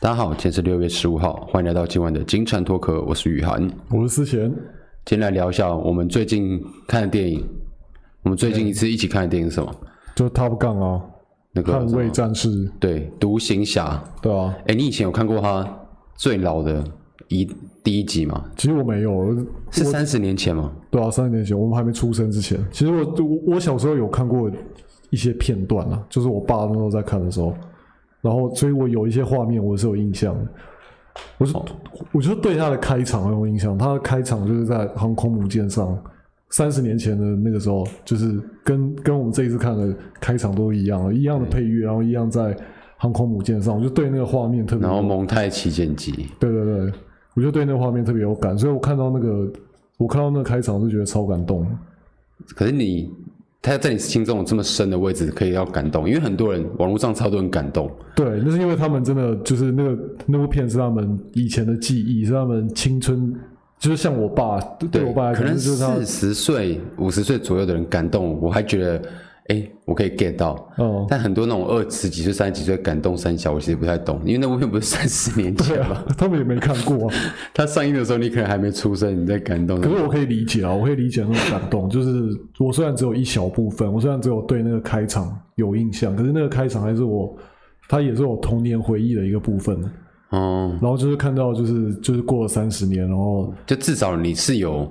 大家好，今天是六月十五号，欢迎来到今晚的金蝉脱壳，我是雨涵。我是思贤，今天来聊一下我们最近看的电影。我们最近一次一起看的电影是什么？就 Top Gun 啊，那个捍卫战士，对，独行侠。对啊，哎，你以前有看过他最老的一第一集吗？其实我没有，我是三十年前吗？对啊，三十年前我们还没出生之前，其实我我我小时候有看过一些片段啊，就是我爸那时候在看的时候，然后所以我有一些画面我是有印象的。我是、我就对他的开场很有印象，他的开场就是在航空母舰上，三十年前的那个时候，就是跟跟我们这一次看的开场都一样了，一样的配乐，然后一样在航空母舰上，我就对那个画面特别然后蒙太奇剪辑，对对对，我就对那个画面特别有感，所以我看到那个，我看到那个开场是觉得超感动的。可是你他在你心中有这么深的位置，可以要感动，因为很多人网络上超多人感动，对，那是因为他们真的就是那个那部片是他们以前的记忆，是他们青春，就是像我爸对对我爸来可讲，能就是他四十岁、五十岁左右的人感动，我还觉得，哎，我可以 get 到。嗯，但很多那种二十几岁、三十几岁感动三小，我其实不太懂，因为那部片不是三十年前对吗？啊，他们也没看过、啊，它上映的时候你可能还没出生，你在感动。可是我可以理解啊，我可以理解那种感动，就是我虽然只有一小部分，我虽然只有对那个开场有印象，可是那个开场还是我，它也是我童年回忆的一个部分。哦，然后就是看到就是就是过了三十年，然后就至少你是有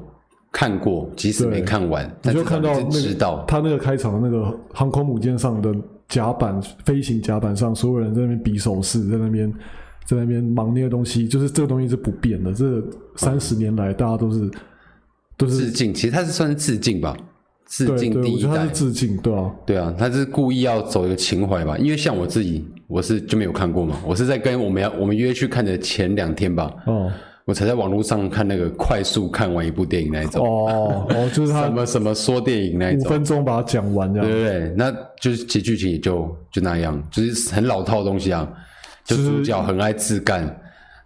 看过，即使没看完，你但就至少看到那你是知个道。他那个开场的那个航空母舰上的甲板飞行甲板上，所有人在那边比手势，在那边在那边忙那个东西，就是这个东西是不变的。这三十年来，大家都是都是致敬，其实它是算是致敬吧，致对敬对，第我一觉得他代是。致敬，对啊，对啊，他是故意要走一个情怀吧，因为像我自己，我是就没有看过嘛，我是在跟我们要我们约去看的前两天吧，哦我才在网络上看那个快速看完一部电影那一种，哦哦，就是他什么什么说电影那一五种，分钟把它讲完这对样，对对，那就是其实剧情也就就那样，就是很老套的东西啊，就就是主角很爱自干，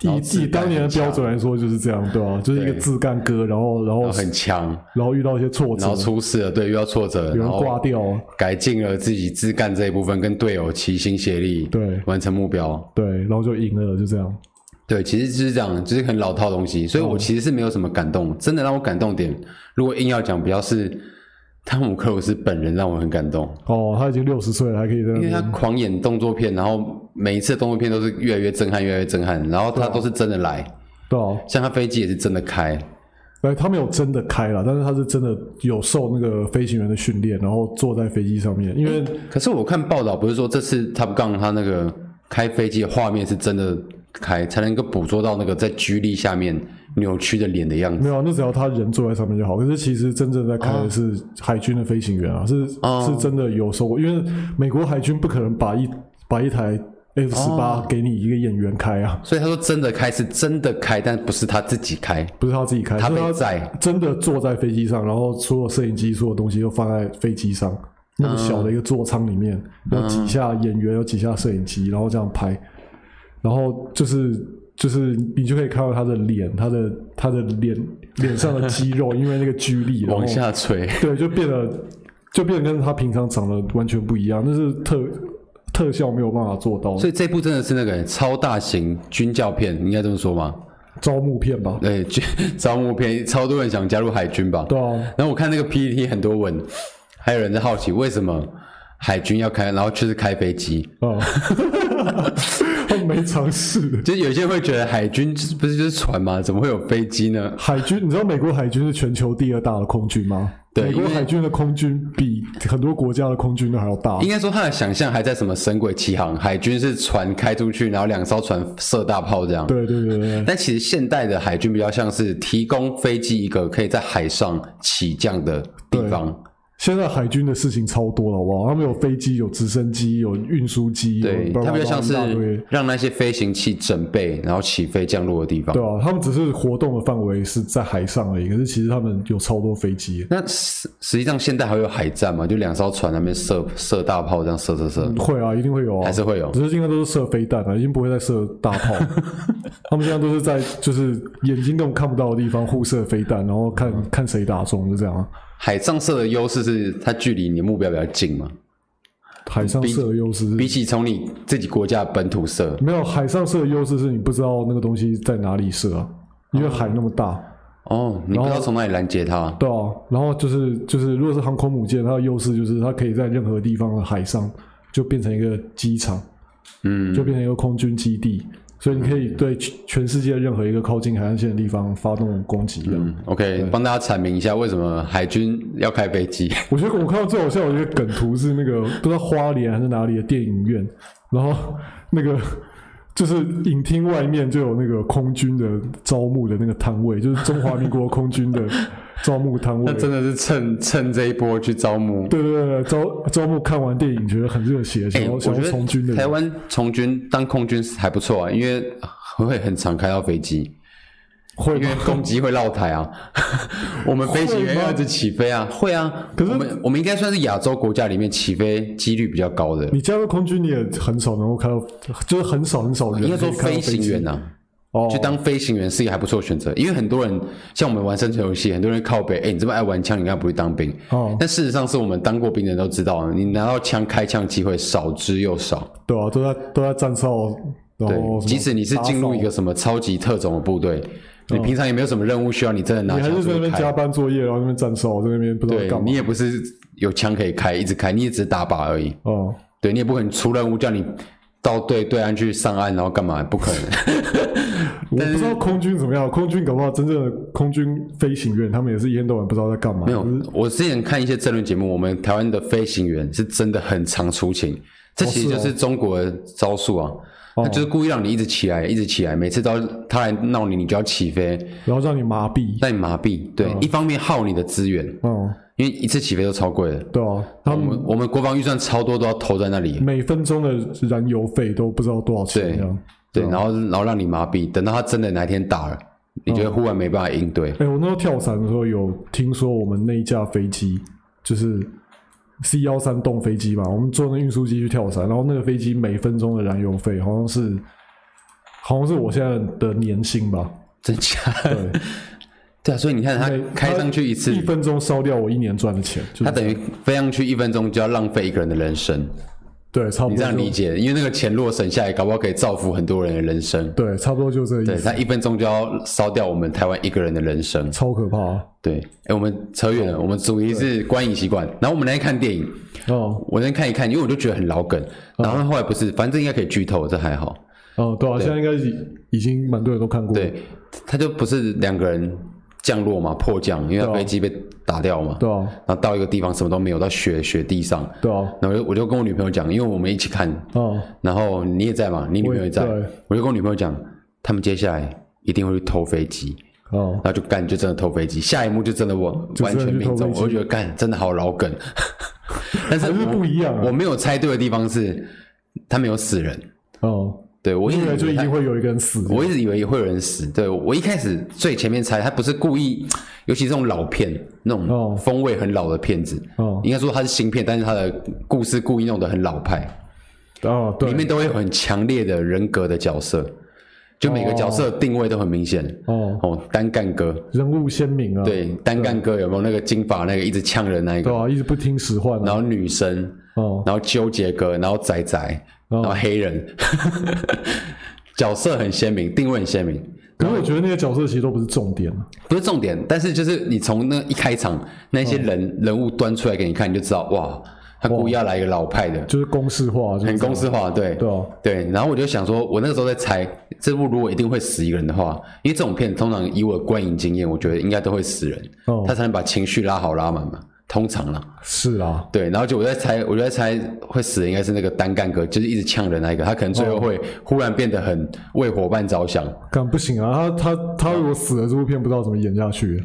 然后以自以干当年的很强标准来说就是这样，对啊，就是一个对自干哥，然后然后然后很强，然后遇到一些挫折然后，出事了，对，遇到挫折，有然人后挂掉，改进了自己自干这一部分，跟队友齐心协力，对完成目标。对，然后就赢了，就这样。对，其实就是这样，就是很老套的东西，所以我其实是没有什么感动。真的让我感动点，如果硬要讲，比较是汤姆克鲁斯本人让我很感动，哦，他已经六十岁了，还可以在那因为边他狂演动作片，然后每一次动作片都是越来越震撼，越来越震撼，然后他都是真的来，对啊，像他飞机也是真的开，哎，他没有真的开了，但是他是真的有受那个飞行员的训练，然后坐在飞机上面，因为可是我看报道不是说这次 Top Gun 他那个开飞机的画面是真的开，才能够捕捉到那个在居力下面扭曲的脸的样子。没有啊，那只要他人坐在上面就好。可是其实真正在开的是海军的飞行员啊，是哦是真的有受过，因为美国海军不可能把一把一台 F 十八给你一个演员开啊，所以他说真的开是真的开，但不是他自己开，不是他自己开，他是被他载。真的坐在飞机上，然后所有摄影机、所有东西都放在飞机上，那么小的一个座舱里面，嗯有几下演员，有几下摄影机，然后这样拍，然后就是就是你就可以看到他的脸，他的他的脸脸上的肌肉，因为那个居力，然后往下垂。对，就变得就变得跟他平常长得完全不一样，那是特特效没有办法做到的，所以这部真的是那个超大型军教片，应该这么说吗？招募片吧，对，军招募片，超多人想加入海军吧。对啊，然后我看那个 PPT 很多文，还有人在好奇为什么海军要开，然后就是开飞机。啊， 他们没尝试。就有些人会觉得海军就是不是就是船嘛，怎么会有飞机呢？海军，你知道美国海军是全球第二大的空军吗？对美国因为海军的空军比很多国家的空军都还要大应。该说他的想象还在什么神鬼奇航，海军是船开出去，然后两艘船射大炮这样。对对对对，但其实现代的海军比较像是提供飞机一个可以在海上起降的地方，现在海军的事情超多了，好不好？他们有飞机，有直升机，有运输机，有对，巴拉它巴比拉较像一大堆是让那些飞行器准备，然后起飞降落的地方对。啊，他们只是活动的范围是在海上而已，可是其实他们有超多飞机，那实实际上现代还会有海战嘛？就两艘船那边射射大炮这样射射射，会啊，一定会有啊，还是会有。只是应该都是射飞弹了、已经不会再射大炮 了。他们现在都是在就是眼睛根本看不到的地方互射飞弹，然后看、看谁打中，就这样啊。海上射的优势是它距离你的目标比较近嘛？海上社的优势是比起从你自己国家本土射，没有海上射的优势是你不知道那个东西在哪里射啊，因为海那么大，哦，你不知道从哪里拦截它，对啊。然后就是就是，如果是航空母舰，它的优势就是它可以在任何地方的海上就变成一个机场，嗯就变成一个空军基地，所以你可以对全全世界任何一个靠近海岸线的地方发动攻击的。嗯，OK，帮大家阐明一下为什么海军要开飞机，我觉得我看到最好笑的一个梗图是那个不知道花莲还是哪里的电影院，然后那个就是影厅外面就有那个空军的招募的那个摊位，就是中华民国空军的招募摊 位 那。真的是趁趁这一波去招募。对对对，招招募看完电影觉得很热血，想哎，要、我想觉要从军的得人台湾从军当空军还不错啊，因为会很常开到飞 机。会因为吗？攻击会落台啊， 我们飞行员要一直起飞啊，会啊。可是我们我们应该算是亚洲国家里面起飞几率比较高的，你加入空军，你也很少能够看到，就是很少很少人应该说可以看到飞行员机呐、啊，哦，去当飞行员是一个还不错的选择。因为很多人像我们玩生存游戏，很多人靠北，哎、你这么爱玩枪，你应该不会当兵。哦，但事实上，是我们当过兵的人都知道，你拿到枪开枪机会少之又少。对啊，都在都在站哨，然对，哦后什么即使你是进入打一扫个什么超级特种的部队，你平常也没有什么任务需要你真的拿你还枪是出在那去边开。加班作业，然后那边站哨，在那边不知道对在干嘛你。也不是有枪可以开，一直开，你也只是打靶而已。哦、对你也不可能出任务叫你到对对岸去上岸，然后干嘛？不可能。我不知道空军怎么样，空军搞不好真正的空军飞行员，他们也是一天到晚不知道在干嘛。没就是有，我之前看一些政论节目，我们台湾的飞行员是真的很常出勤，这其实哦就是中国的招数啊。他就是故意让你一直起来，一直起来，每次都要他来闹你，你就要起飞，然后让你麻痹。让你麻痹。对，一方面耗你的资源，嗯，因为一次起飞都超贵的。对啊，他我们们我们国防预算超多都要投在那里，每分钟的燃油费都不知道多少钱对这样。对，然后然后让你麻痹，等到他真的哪天打了，你就会忽然没办法应对。哎、我那时候跳伞的时候有听说我们那一架飞机就是 C 幺三栋飞机嘛，我们坐那运输机去跳伞，然后那个飞机每分钟的燃油费好像是好像是我现在的年薪吧。真假？对。 对啊，所以你看他嗯每开上去一次一，分钟烧掉我一年赚的钱，就他是等于飞上去一分钟就要浪费一个人的人嗯生，对，差不你这多样就理解？因为那个钱落省下来，搞不好可以造福很多人的人生。对，差不多就这个意对思，他一分钟就要烧掉我们台湾一个人的人生。超可怕啊对，哎，我们扯远了，我们主题是观影习惯，然后我们来看电影。哦我先看一看，因为我就觉得很老梗。然后后来不是，反正这应该可以剧透，这还好。哦，对啊，现在应该已已经蛮多人都看过，对，他就不是两个人降落嘛，迫降，因为他对啊飞机被打掉嘛，对啊，然后到一个地方什么都没有，到雪雪地上，对啊，然后我就我就跟我女朋友讲，因为我们一起看，哦，然后你也在嘛，你女朋友也在我也对，我就跟我女朋友讲，他们接下来一定会去偷飞机，哦，然后就干就真的偷飞机，下一幕就真的我就完真的全去偷命中，飞机我就觉得干真的好老梗， 但 是还是我不一样我啊，没有猜对的地方是他没有死人，哦，对我一因为直就以为一他定会有一个人死，我一直以为会有人死，对我一开始最前面猜他不是故意，尤其这种老片那种哦风味很老的片子，哦应该说它是新片，但是它的故事故意弄得很老派，哦，里对，面都会有很强烈的人格的角色，就每个角色定位都很明显。哦，哦，单干哥，人物鲜明啊，对，单干哥有没有那个金发那个一直呛人那一个对？啊，一直不听使唤然啊，后女生，哦，然后纠结哥，然后仔仔，然后黑人， 角色很鲜明，定位很鲜明。可是我觉得那些角色其实都不是重点啊，不是重点，但是就是你从那一开场那嗯些人、人物端出来给你看，你就知道哇，他故意要来一个老派的，就是公式化，就很是公式化，对对啊，对。然后我就想说，我那个时候在猜，这部如果一定会死一个人的话，因为这种片通常以我的观影经验，我觉得应该都会死人，哦他才能把情绪拉好拉满嘛，通常啦。是啊，对，然后就我在猜，我就在猜会死的应该是那个单干哥，就是一直呛人那一个，他可能最后会忽然变得很为伙伴着想，干不行啊，他他嗯他如果死了，这部片不知道怎么演下去，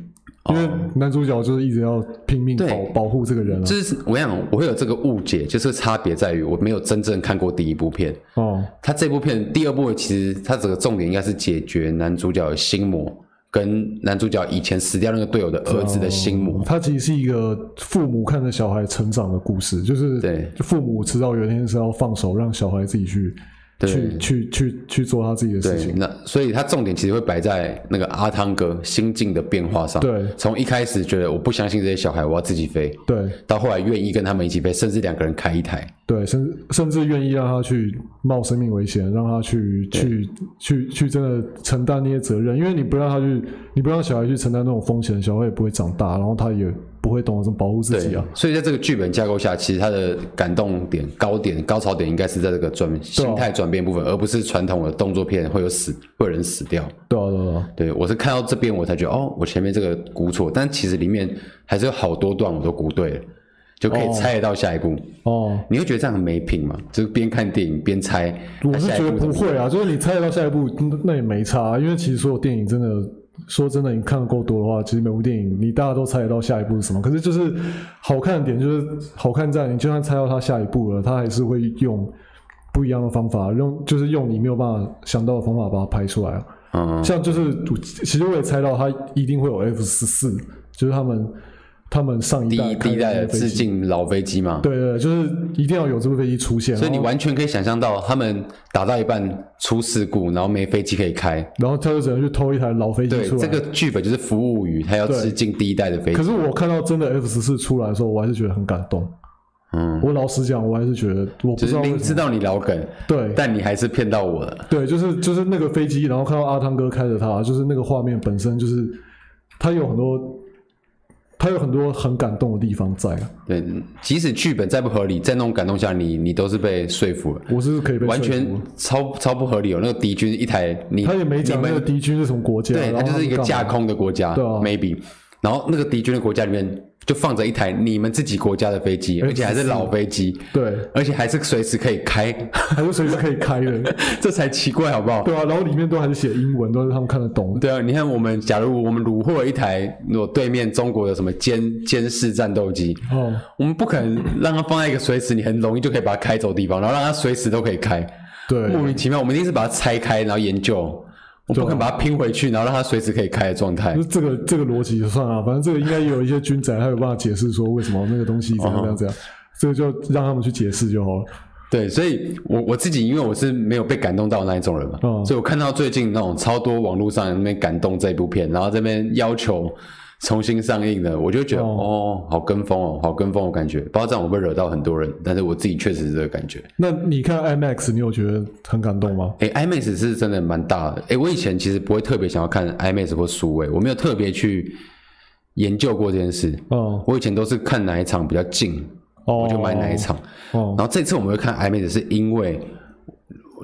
因为男主角就是一直要拼命哦对保保护这个人啊，就是我想我会有这个误解，就是差别在于我没有真正看过第一部片。哦，他这部片第二部其实它整个重点应该是解决男主角的心魔，跟男主角以前死掉那个队友的儿子的心魔。它嗯其实是一个父母看着小孩成长的故事，就是对就父母迟早有一天是要放手让小孩自己去去去去去做他自己的事对，情。那所以他重点其实会摆在那个阿汤哥心境的变化上。对从一开始觉得我不相信这些小孩，我要自己飞，对到后来愿意跟他们一起飞，甚至两个人开一台。对，甚至甚至愿意让他去冒生命危险，让他去去去去真的承担那些责任，因为你不让他去，你不让小孩去承担那种风险，小孩也不会长大，然后他也不会懂得怎么保护自己啊。所以在这个剧本架构下，其实他的感动点、高点、高潮点应该是在这个转心态转变部分，而不是传统的动作片会有死会有人死掉。对啊，对啊，对啊对我是看到这边我才觉得哦，我前面这个估错，但其实里面还是有好多段我都估对了，就可以猜得到下一步。哦，你会觉得这样很没品吗？就是边看电影边猜，我它是下觉一得步怎不么会啊，就是你猜得到下一步，那那也没差啊、因为其实所有电影真的。说真的，你看的够多的话，其实每部电影你大家都猜得到下一步是什么。可是就是好看的点就是好看在你就算猜到他下一步了，他还是会用不一样的方法，用就是用你没有办法想到的方法把它拍出来啊。嗯，像就是我其实我也猜到他一定会有 F 十四，就是他们他们上一第代一第一代代的致敬老飞机嘛。对对，对就是一定要有这部飞机出现。所以你然后完全可以想象到，他们打到一半出事故，然后没飞机可以开。然后他就只能去偷一台老飞机对，出来。这个剧本就是服务于他要致敬第一代的飞可机。是我看到真的 F 十四出来的时候，我还是觉得很感动。嗯，我老实讲，我还是觉得我就不知是道为明什知道你老梗，么对但你还是骗到我了。对，就是就是那个飞机，然后看到阿汤哥开着它，就是那个画面本身就是它有很多它有很多很感动的地方在啊，对，即使剧本再不合理，在那种感动下，你你都是被说服了，我是可以被完说全服的超超不合理、哦。那个敌军一台，你他也没你讲那们个敌军是什么国家，对，然后它就是一个干嘛架空的国家、对啊 m a y b e 然后那个敌军的国家里面就放着一台你们自己国家的飞机，而且还是老飞机，对，而且还是随时可以开， 还是随时可以开的，这才奇怪好不好？对啊，然后里面都还是写英文，都是他们看得懂的，对啊，你看我们，假如我们虏获了一台如果对面中国的什么监监视战斗机，哦，我们不可能让它放在一个随时你很容易就可以把它开走的地方，然后让它随时都可以开，对啊莫名其妙，我们一定是把它拆开然后研究，我不可能把它拼回去，然后让它随时可以开的状态就。哎这个这个逻辑就算了，反正这个应该也有一些军宅，他有办法解释说为什么那个东西怎哦样怎样怎样，这个就让他们去解释就好了。对，所以我我自己因为我是没有被感动到的那一种人嘛，嗯所以我看到最近那种超多网络上那边感动这部片，然后这边要求重新上映的，我就嗯觉得哦好跟风哦，好跟风，我感觉不知道这样我会不会惹到很多人，但是我自己确实是这个感觉。那你看 IMAX，你有觉得很感动吗？哎、i m a x 是真的蛮大的。哎、我以前其实不会特别想要看 IMAX 或数位，我没有特别去研究过这件事。哦我以前都是看哪一场比较近，哦，我就买哪一场。哦，然后这次我们会看 IMAX，是因为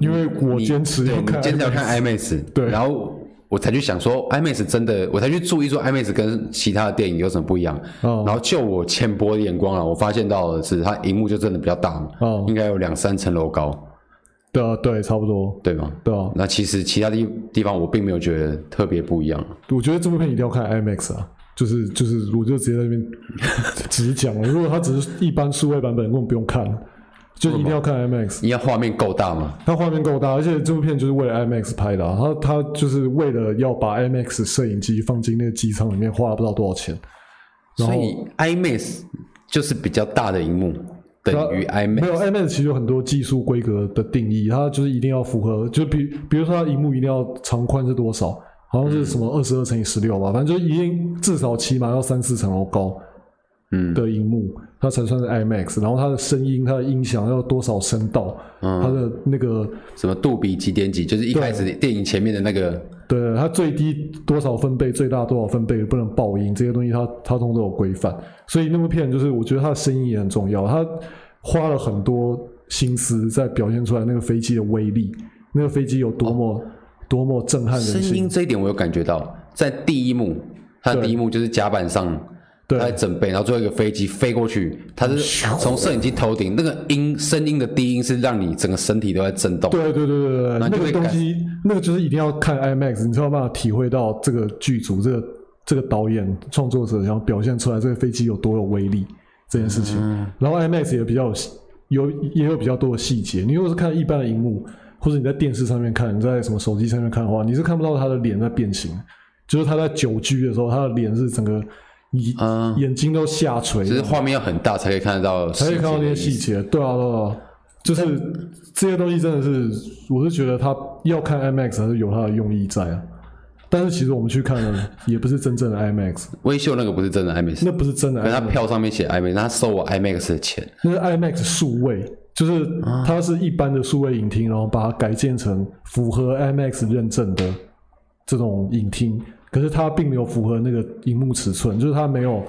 因为我坚持对要你看，坚持要看 IMAX，对然后我才去想说 IMAX 真的，我才去注意说 IMAX 跟其他的电影有什么不一样。哦然后就我浅薄的眼光啊，我发现到的是它荧幕就真的比较大嘛，哦应该有两三层楼高，对啊，对，差不多，对吗？对啊，那其实其他地地方我并没有觉得特别不一样。我觉得这部片一定要看 IMAX 啊。就是就是，我就直接在那边 直讲了。如果它只是一般数位版本，根本不用看，就一定要看 IMAX。应该画面够大吗？它画面够大，而且这部片就是为了 IMAX 拍的、啊，它它就是为了要把 IMAX 摄影机放进那个机舱里面，花了不知道多少钱。所然后以 IMAX 就是比较大的荧幕，它等于没 IMAX。有 IMAX 其实有很多技术规格的定义，它就是一定要符合，就比比如说它荧幕一定要长宽是多少，好像是什么二十二乘以十六吧，反正就一定至少起码要三四层楼高。嗯的荧幕，它才算是 IMAX。然后它的声音、它的音响要多少声道，嗯它的那个什么杜比几点几，就是一开始电影前面的那个，对，它最低多少分贝，最大多少分贝，不能爆音，这些东西它它通通都有规范。所以那部片就是，我觉得它的声音也很重要，它花了很多心思在表现出来那个飞机的威力，那个飞机有多么、多么震撼人哦声音心。这一点我有感觉到，在第一幕，它的对第一幕就是甲板上，它对在准备，然后最后一个飞机飞过去，它是从摄影机头顶那个音声音的低音是让你整个身体都在震动。对对对对对，那那就个会东感西，那个就是一定要看 IMAX，你才有办法体会到这个剧组、这个这个导演、创作者想要表现出来这个飞机有多有威力这件事情。嗯然后 IMAX 也比较有细有也有比较多的细节。你如果是看一般的荧幕，或者你在电视上面看，你在什么手机上面看的话，你是看不到他的脸在变形，就是他在久居的时候，他的脸是整个眼、嗯眼睛都下垂只，是画面要很大才可以看得到，才可以看到那些细。节。对啊，对啊，就是这些东西真的是，我是觉得他要看 IMAX 还是有他的用意在啊。但是其实我们去看了，也不是真正的 IMAX，微秀那个不是真的 IMAX，那不是真的可是他 IMAX，票上面写 IMAX，他收我 IMAX 的钱，那是 IMAX 数位，就是它是一般的数位影厅，然后把它改建成符合 IMAX 认证的这种影厅，可是它并没有符合那个荧幕尺寸，就是它没有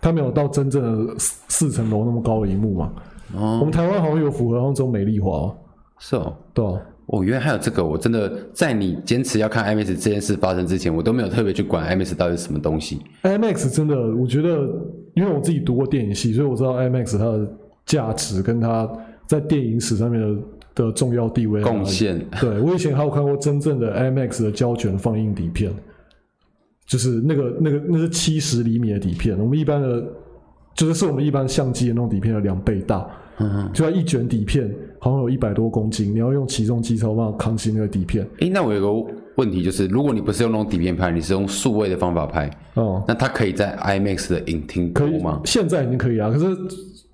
它没有到真正的四四层楼那么高的荧幕嘛。哦我们台湾好像有符合，好像只有美丽华哦，是哦。对吧、哦，原来还有这个！我真的在你坚持要看 IMAX 这件事发生之前，我都没有特别去管 IMAX 到底是什么东西。 IMAX 真的，我觉得，因为我自己读过电影系，所以我知道 IMAX 它的价值跟它在电影史上面的的重要地位在哪里贡。献对我以前还有看过真正的 IMAX 的胶卷放映底片，就是那个那个那是七十厘米的底片，我们一般的，就是是我们一般相机的那种底片的两倍大。嗯，就它一卷底片好像有一百多公斤，你要用起重机才有办法扛起那个底片。诶，那我有个问题就是，如果你不是用那种底片拍，你是用数位的方法拍，哦、那它可以在 IMAX 的影厅播可以吗？现在已经可以啊，可是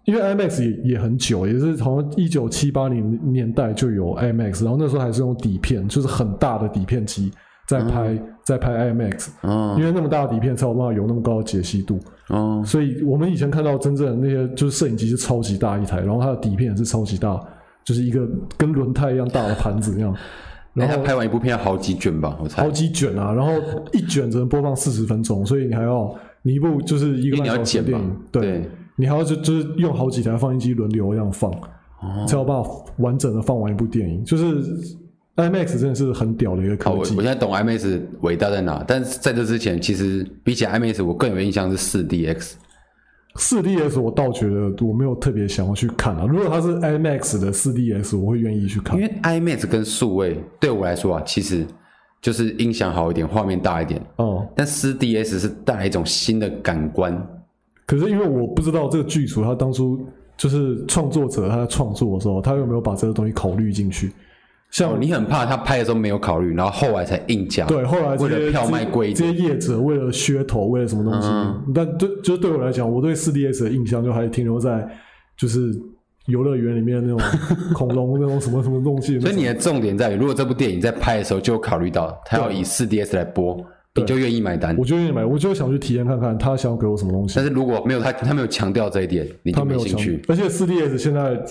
因为 IMAX 也也很久，也是好像一九七八零年代就有 IMAX，然后那时候还是用底片，就是很大的底片机在拍、在拍 IMAX，嗯因为那么大的底片才有办法有那么高的解析度，哦，所以我们以前看到真正的那些就是摄影机是超级大一台，然后它的底片也是超级大，就是一个跟轮胎一样大的盘子一样，那然后他拍完一部片要好几卷吧？我猜好，几卷啊，然后一卷只能播放四十分钟，所以你还要你一部就是一个因为半你要小时剪的嘛电影，对你还要就就是用好几台放映机轮流这样放，哦才有办法完整的放完一部电影。就是 IMAX 真的是很屌的一个好，我哦科我技现在懂 IMAX 伟大在哪，但是在这之前，其实比起 IMAX，我更有印象是 4DX。四 DX 我倒觉得我没有特别想要去看啊，如果它是 IMAX 的四 DX，我会愿意去看因。为 IMAX 跟数位对我来说啊，其实就是音响好一点，画面大一点。哦、但4 DS 是带来一种新的感官，可是因为我不知道这个剧组他当初就是创作者他在创作的时候，他有没有把这个东西考虑进去？像哦，你很怕他拍的时候没有考虑，然后后来才硬加。对，后来这为些了票卖贵一这点，嗯些业者为了噱头，为了什么东西？但对，就是对我来讲，我对四 DS 的印象就还停留在就是游乐园里面那种恐龙那种什么什么东 西。所以你的重点在于，如果这部电影在拍的时候就有考虑到它要以4 DS 来播，你就愿意买单我。就愿意买，我就想去体验看看他想要给我什么东西但。是如果没有他，他没有强调这一点，你他就没没有兴强趣。，而且四 DS 现在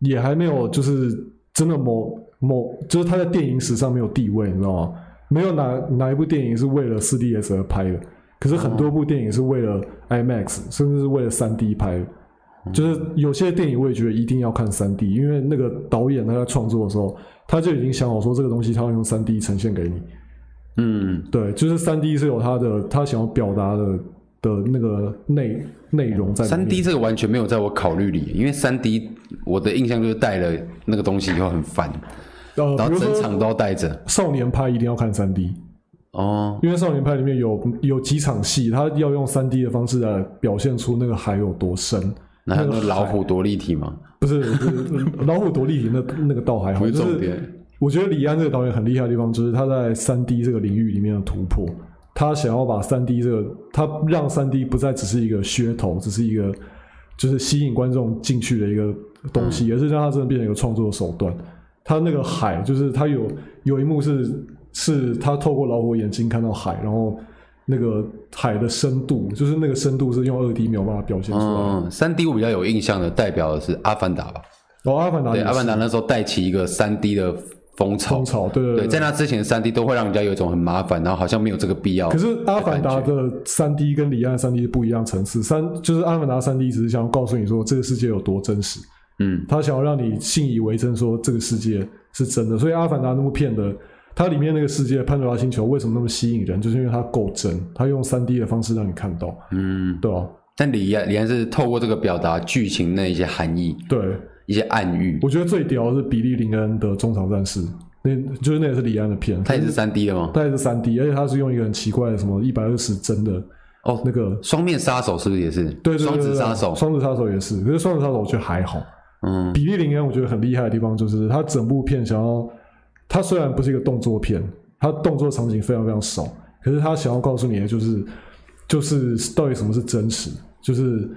也还没有就是真的某某，就是他在电影史上没有地位，你知道吗？没有哪哪一部电影是为了四 DS 而拍的，可是很哦多部电影是为了 IMAX，、甚至是为了三 D 拍的。嗯就是有些电影我也觉得一定要看三 D，因为那个导演他在创作的时候，他就已经想好说这个东西他要用三 D 呈现给你。嗯，对，就是三 D 是有他的他想要表达的的那个内内容在里面。三 D 这个完全没有在我考虑里，因为三 D 我的印象就是带了那个东西以后很烦，然呃，比后如说整场都要带着。少年派一定要看三 D，哦，因为少年派里面有有几场戏，他要用三 D 的方式来表现出那个海有多深。那还有那那个个老虎多立体嘛，不是 不是老虎多立体，那那个倒还好。不是就重是点。我觉得李安这个导演很厉害的地方，就是他在三 D 这个领域里面的突破。他想要把三 D 这个，他让三 D 不再只是一个噱头，只是一个就是吸引观众进去的一个东西，而是让它真的变成一个创作的手段。他那个海，就是他有有一幕是是他透过老虎眼睛看到海，然后那个海的深度，就是那个深度是用二 D 没有办法表现出来的。嗯，三 D 我比较有印象的代表的是《阿凡达》吧？然后阿凡达对，也《是阿凡达》那时候带起一个三 D 的风潮风。潮，对对对，在那之前，三 D 都会让人家有一种很麻烦，然后好像没有这个必要。可是《阿凡达》的三 D 跟李安三 D 是不一样层次，三就是《阿凡达》三 D 只是想要告诉你说这个世界有多真实，嗯，他想要让你信以为真，说这个世界是真的。所以《阿凡达》那部片的，它里面那个世界潘多拉星球为什么那么吸引人，就是因为它够真，它用三 D 的方式让你看到，嗯，对吧、啊但李安李安是透过这个表达剧情那一些含义、对，一些暗喻，我觉得最屌的是比利林恩的《中场战士》，那就是那也是李安的片，它也是三 D 的吗？它也是三 D，而且它是用一个很奇怪的什么一百二十帧的哦，那个双面杀手是不是也是？对对对对双子对杀手。双子杀手也是，可是双子杀手我觉得还好。嗯，比利林恩我觉得很厉害的地方就是他整部片想要，他虽然不是一个动作片，他动作场景非常非常少，可是他想要告诉你的就是，就是到底什么是真实，就是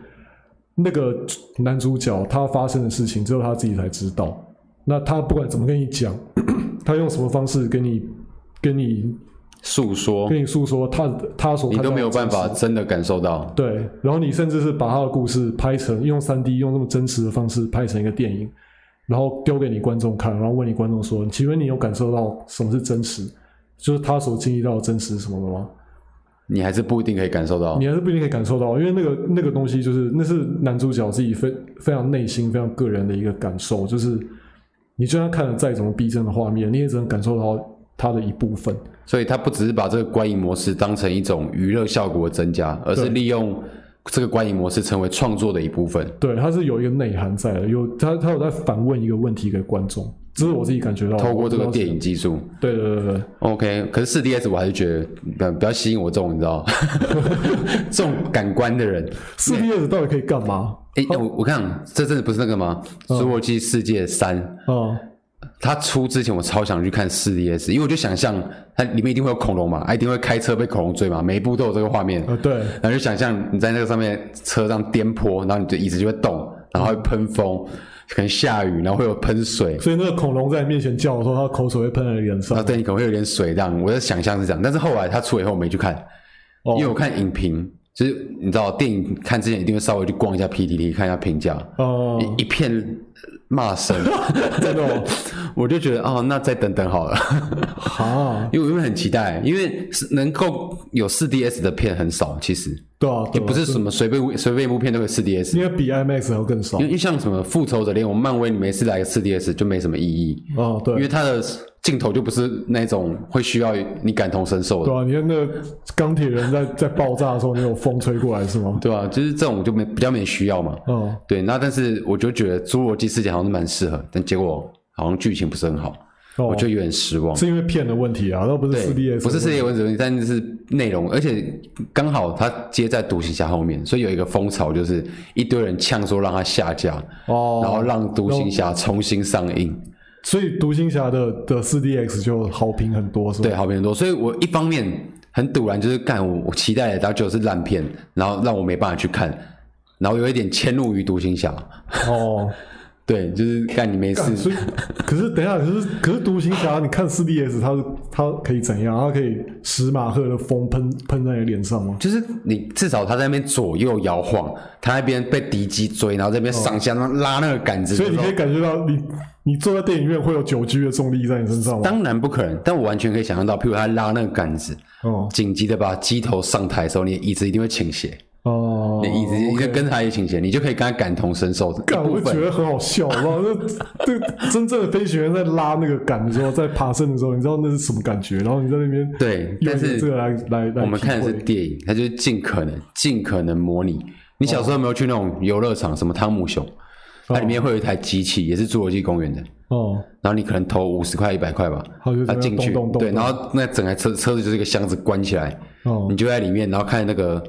那个男主角他发生的事情只有他自己才知道。那他不管怎么跟你讲， 他用什么方式跟你跟你诉说，跟你诉说他他所你看都到的没有办法真实。真的感受到。对，然后你甚至是把他的故事拍成用三 D 用这么真实的方式拍成一个电影，然后丢给你观众看，然后问你观众说：“请问你有感受到什么是真实？就是他所经历到的真实是什么的吗？”你还是不一定可以感受到你。还是不一定可以感受到，因为那个那个东西就是那是男主角自己非非常内心、非常个人的一个感受，就是你就算看了再怎么逼真的画面，你也只能感受到它的一部分。所以他不只是把这个观影模式当成一种娱乐效果的增加，而是对利用这个观影模式成为创作的一部分。对，它是有一个内涵在的，有它它有在反问一个问题给观众，这是我自己感觉到的。透过这个哦我不知道电影技术是，对对对对对， ，OK。可是四 DS 我还是觉得比较比较吸引我这种你知道这种感官的人。四 D S 到底可以干嘛？哎、那我我看这真的不是那个吗？《侏罗纪世界三》啊、它出之前，我超想去看四 DS，因为我就想象它里面一定会有恐龙嘛，它一定会开车被恐龙追嘛，每一部都有这个画面。呃，对，然后就想象你在那个上面车上颠簸，然后你的椅子就会动，然后会喷风，可能下雨，然后会有喷水，所以那个恐龙在你面前叫的时候，它口水会喷在你脸然上后。对你可能会有点水这样。我的想象是这样，但是后来它出了以后我没去看，哦因为我看影评，就是你知道电影看之前一定会稍微去逛一下 PTT 看一下评价，哦、 一一片骂 声，真的哦，我就觉得哦，那再等等好 了。哈，因为我原本很期待，因为是能够有四 DS 的片很少，其实对啊，也对啊不是什么随便随便一部片都有四 DS，应该比 IMAX 还要更少因。为像什么复仇者联盟、漫威，你每次来个四 DS 就没什么意义，哦，对因，为它的镜头就不是那种会需要你感同身受的对，啊，你看那个钢铁人在在爆炸的时候，你有风吹过来是吗？对吧、就是这种就没比较没需要嘛。嗯，对，那但是我就觉得《侏罗纪世界》好像是蛮适合，但结果好像剧情不是很好，哦我就有点失望。是因为片的问题啊，那不是对四 D S，不是世界文字问题，但是内容，而且刚好它接在独行侠后面，所以有一个风潮，就是一堆人呛说让它下架，哦，然后让独行侠重新上映。所以独行侠的的四 D X 就好评很多是吧？对，好评很多。所以我一方面很堵然，就是干我我期待的，然后就是烂片，然后让我没办法去看，然后有一点迁怒于独行侠。哦，对，就是干你没事，所以可是等一下，可是可是独行侠，你看四 D S，它是它可以怎样？啊它可以十马赫的风喷喷在你脸上吗？就是你至少他在那边左右摇晃，他那边被敌机追，然后这边上下拉那个杆子的时所候，以你可以感觉到你你坐在电影院会有九 G 的重力在你身上 吗？当然不可能，但我完全可以想象到，譬如他拉那个杆子，哦紧急的把机头上抬的时候，你的椅子一定会倾斜，哦，你的椅子一定会跟他也倾斜，你就可以跟他感同身受一干，部我就觉分。得很好笑，你知道吗？那 这真正的飞行员在拉那个杆的时候，在爬升的时候，你知道那是什么感觉？然后你在那边对，用但你的这是个来来来，我们看的是，电影，它就是尽可能尽可能模拟。你小时候有没有去那种游乐场，什么汤姆熊，它里面会有一台机器，也是侏罗纪公园的，哦然后你可能投五十块、一百块吧，它就它在那进去咚咚，咚对，咚然后那整台车车子就是一个箱子关起来，哦你就在里面，然后看那个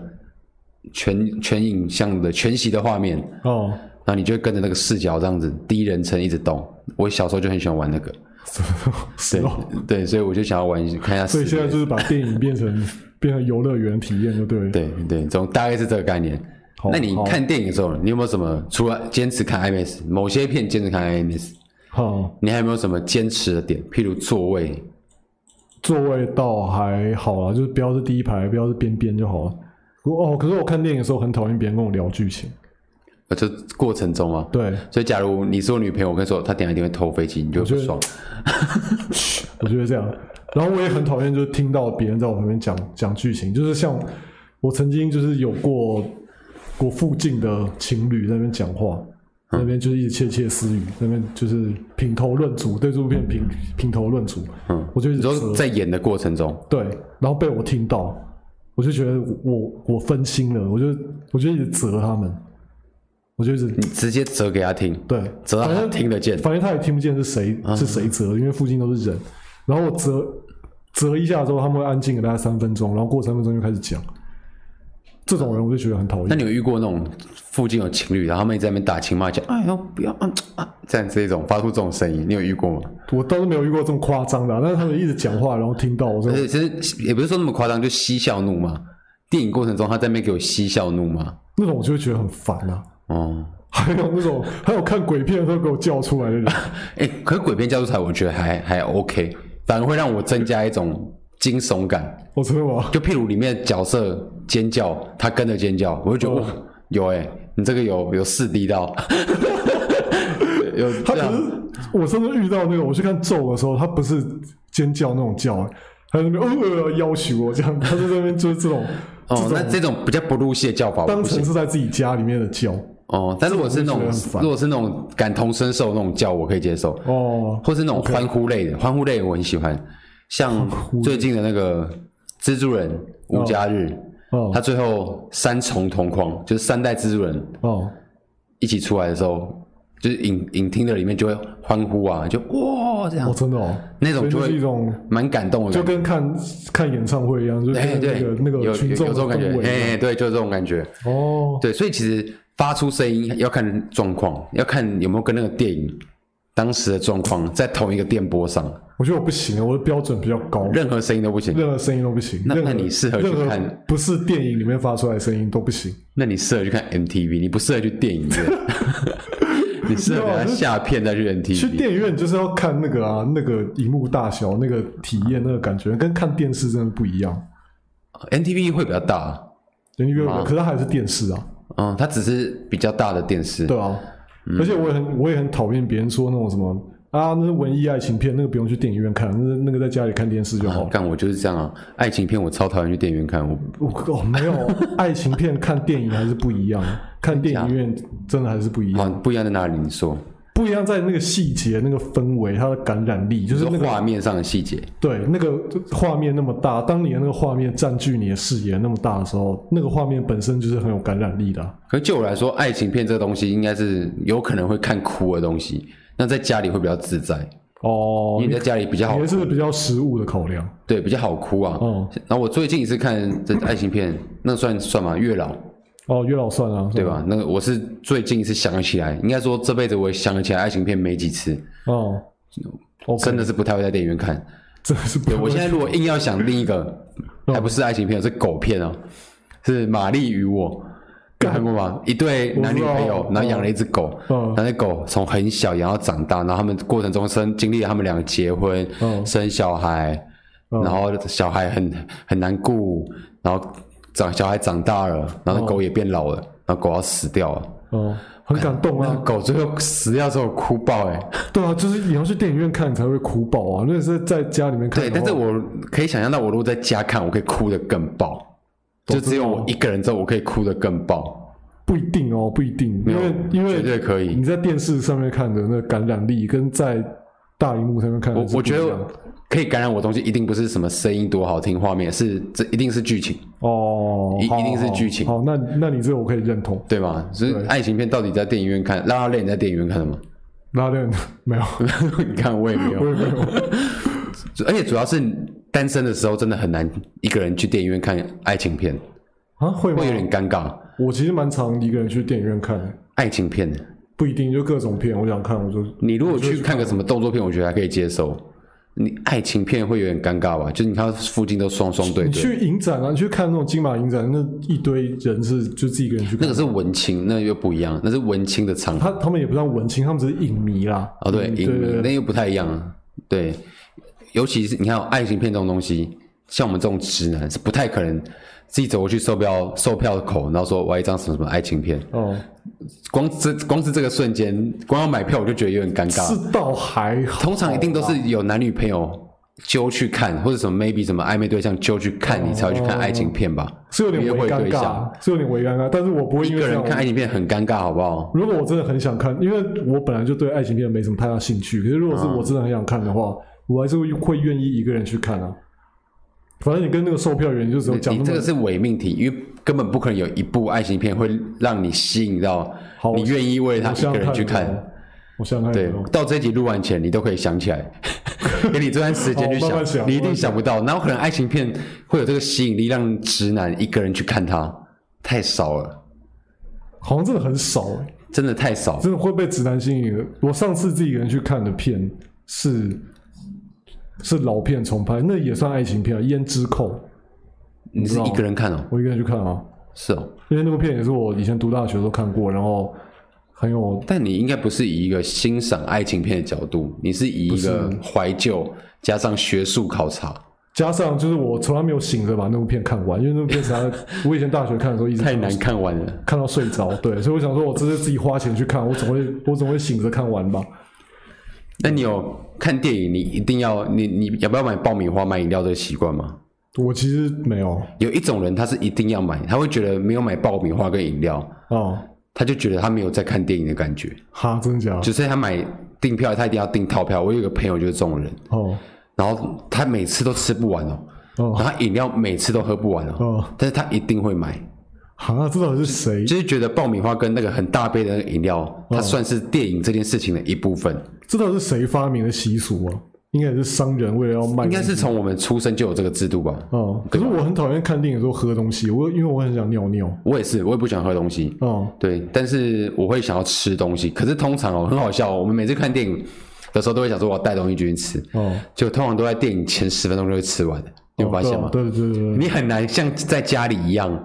全全影像的全息的画面，哦，然后你就会跟着那个视角这样子第一人称一直动。我小时候就很喜欢玩那个，是对哦。对，所以我就想要玩一看一下所视以现在觉。就是把电影变 成变成游乐园体验，就对了。对对，总大概是这个概念。好那你好看电影的时候，你有没有什么除了坚持看 IMAX，某些片坚持看 IMAX，好，你还有没有什么坚持的点？譬如座位，座位倒还好啦，就是不要是第一排，不要是边边就好了。我哦，可是我看电影的时候很讨厌别人跟我聊剧情。呃，这过程中啊。对，所以，假如你是我女朋友，我跟你说，她等一下一定会偷飞机，你就会不觉得爽。我觉得这样。然后我也很讨厌，就是听到别人在我旁边讲讲剧情，就是像我曾经就是有过我附近的情侣在那边讲话，嗯那边就是一直窃窃私语，那边就是品头论足，对这部片品品头论足。嗯，我就一你直折说在演的过程中，对，然后被我听到，我就觉得我我我分心了，我就我就一直责他们，我就一直你直接折给她听，对折到反她正听得见。反正他也听不见是谁是谁折，因为附近都是人。然后我折折一下之后，他们会安静给大家三分钟，然后过三分钟就开始讲。这种人我就觉得很讨那厌。你有遇过那种附近有情侣，然后他们一直在那边打情骂俏，哎呦不要啊啊，这样这种发出这种声音，你有遇过吗？我倒是没有遇过这么夸张的啊、但是他们一直讲话，然后听到我而真且的其实也不是说那么夸张，就嬉笑怒骂。电影过程中他在那边给我嬉笑怒骂，那种，我就会觉得很烦啊。 哦，还有那种还有看鬼片都给我叫出来的人，哎、可是鬼片叫出来，我觉得还还 OK，反而会让我增加一种惊悚感。我真的吗？就譬如里面的角色尖叫，他跟着尖叫，我就觉哦得、哇，有哎、你这个有有四 D 到，有他这可样是我上次遇到那个，我去看咒的时候，他不是尖叫那种叫，他在那边呃呃要求我这样，他在那边就是这种哦，那这种比较不入戏的叫法我当不行成是在自己家里面的叫哦，但如果是那种这种我就觉得很烦如果是那种感同身受那种叫，我可以接受，哦。或是那种欢呼类的，欢呼类我很喜欢，像最近的那个蜘蛛人无家日，哦他最后三重同框，就是三代蜘蛛人哦，一起出来的时候，就是影影厅的里面就会欢呼啊，就哇这样哦，，真的哦，那种所以就就是会一种蛮感动的就感觉。跟看看演唱会一样，就是哎，跟对那个，那有个有群有众这的种感觉氛，围哎，对，就是这种感觉。哦。对，所以其实发出声音要看状况，要看有没有跟那个电影当时的状况在同一个电波上，我觉得我不行啊，我的标准比较高，任何声音都不行。任何声音都不行。那任何那你适合去任何看不是电影里面发出来的声音都不行。那你适合去看 MTV，你不适合去电影院， 你适合给他下片再去啊去 MTV。电影院就是要看那个啊，那个荧幕大小、那个体验、那个感觉，跟看电视真的不一样。 MTV 会比较大，人家可是它还是电视啊，嗯，它只是比较大的电视。对啊。而且我也很我也很讨厌别人说那种什么啊，那是文艺爱情片，那个不用去电影院看，那那个在家里看电视就好哦了。 干我就是这样啊，爱情片我超讨厌去电影院看，我我哦，没有爱情片看电影还是不一样，看电影院真的还是不一样，好不一样在哪里？你说，不一样在那个细节、那个氛围、它的感染力，就就是是那个画面上的细节。对，那个画面那么大，当你的那个画面占据你的视野那么大的时候，那个画面本身就是很有感染力的啊、可就我来说，爱情片这个东西应该是有可能会看哭的东西，那在家里会比较自在，哦因为你在家里比较好你还哦是比较实物的考量。对比较好哭啊。哦然后我最近一次看这爱情片，那算算吗？月老哦，月老算啊，对吧？吧？那个我是最近一次想得起来，应该说这辈子我也想得起来爱情片没几次，哦，OK，真的是不太会在电影院看。真的是嗯不对我现在如果硬要想另一个，还不是爱情片，是狗片哦，是《玛丽与我》，你看过吗？一对男女朋友我，知道然后养了一只狗，嗯然后那狗从很小养到长大，然后他们过程中生经历了他们两个结婚、嗯生小孩，然后小孩很很难顾，然后长小孩长大了，嗯然后那狗也变老了，然后狗要死掉了。哦，很感动那啊。狗最后死掉之后哭爆哎、欸对啊，就是你要去电影院看你才会哭爆啊，那是在家里面看对，的话。但是我可以想象到，我如果在家看，我可以哭得更爆。就只有我一个人之后，我可以哭得更爆，不一定哦，不一定，因为因绝为对可以你。在电视上面看的那个感染力，跟在大荧幕上面看的我是不我觉一样的得可以感染我的东西，一定不是什么声音多好听，画面是这一定是剧情，哦，一好一定是剧情好，好那那你这个我可以认同。对吗？所以爱情片到底在电影院看，《拉拉链》你在电影院看的吗？拉链 没有， 你看我也没我有， 也没有。而且主要是单身的时候真的很难一个人去电影院看爱情片，啊，会吗会有？点尴尬。我其实蛮常一个人去电影院看的，爱情片，不一定就各种片，我想看我就你如果去看个什么动作片，我觉得还可以接受。你爱情片会有点尴尬吧？就是你看到附近都双双对你对，去影展啊，你去看那种金马影展，那一堆人是就自己一个人去那看个，是文青，那又不一样，那是文青的场合。他他们也不算文青，他们只是影迷啦。哦，对，嗯影迷对那又不太一样啊。对，尤其是你看哦爱情片这种东西，像我们这种直男是不太可能自己走过去售票售票口，然后说我要一张什么什么爱情片，哦，光这光是这个瞬间，光要买票我就觉得有点尴尬。是倒还好，通常一定都是有男女朋友揪去看，或者什么 maybe 什么暧昧对象揪去哦看，你才会去看爱情片吧？是有点约微会尴对象，尬，是有点微尴尬，但是我不会因一为个这人样。看爱情片很尴尬，好不好？如果我真的很想看，因为我本来就对爱情片没什么太大兴趣，可是如果是我真的很想看的话，我还是会会愿意一个人去看啊。反正你跟那个售票员就只有讲啊你那这么个是伪命题，因为根本不可能有一部爱情片会让你吸引到好你愿意为他我一想个人想去有没有看。，我想想看有对没有，到这集录完前，你都可以想起来， 给你这段时间去好慢慢想你一定慢慢想不到。哪有可能爱情片会有这个吸引力，让直男一个人去看它？太少了，好像真的很少、欸，真的太少。真的会被直男吸引的。我上次自己一个人去看的片是是老片重拍，那也算爱情片啊，《胭脂扣》，你是一个人看哦？我一个人去看啊。是哦。因为那部片也是我以前读大学的时候看过，然后很有但你应该不是以一个欣赏爱情片的角度，你是以一个怀旧加上学术考察，加上就是我从来没有醒着把那部片看完，因为那部片实在 我以前大学看的时候一直太难看完了。看到睡着，对，所以我想说，我这是自己花钱去看，我总会我总会醒着看完吧。那你有看电影，你一定要你你要不要买爆米花、买饮料的习惯吗？我其实没有有一种人他是一定要买，他会觉得没有买爆米花跟饮料，哦，他就觉得他没有在看电影的感觉。哈，真的假的？就是他买订票，他一定要订套票。我有一个朋友就是这种人，哦然后他每次都吃不完哦，然哦后他饮料每次都喝不完哦，哦，但是他一定会买，哈，这到底是谁？就是觉得爆米花跟那个很大杯的那个饮料，嗯它算是电影这件事情的一部分。这到底是谁发明的习俗啊？应该也是商人为了要卖应。该是啊从我们出生就有这个制度吧？哦、可是我很讨厌看电影的时候喝东西，我因为我很想尿尿。我也是，我也不喜欢喝东西。哦、对，但是我会想要吃东西。可是通常哦，很好笑、哦，我们每次看电影的时候都会想说我要带东西进去吃，哦，就通常都在电影前十分钟就会吃完，你有发现吗？哦对对对哦对对，你很难像在家里一样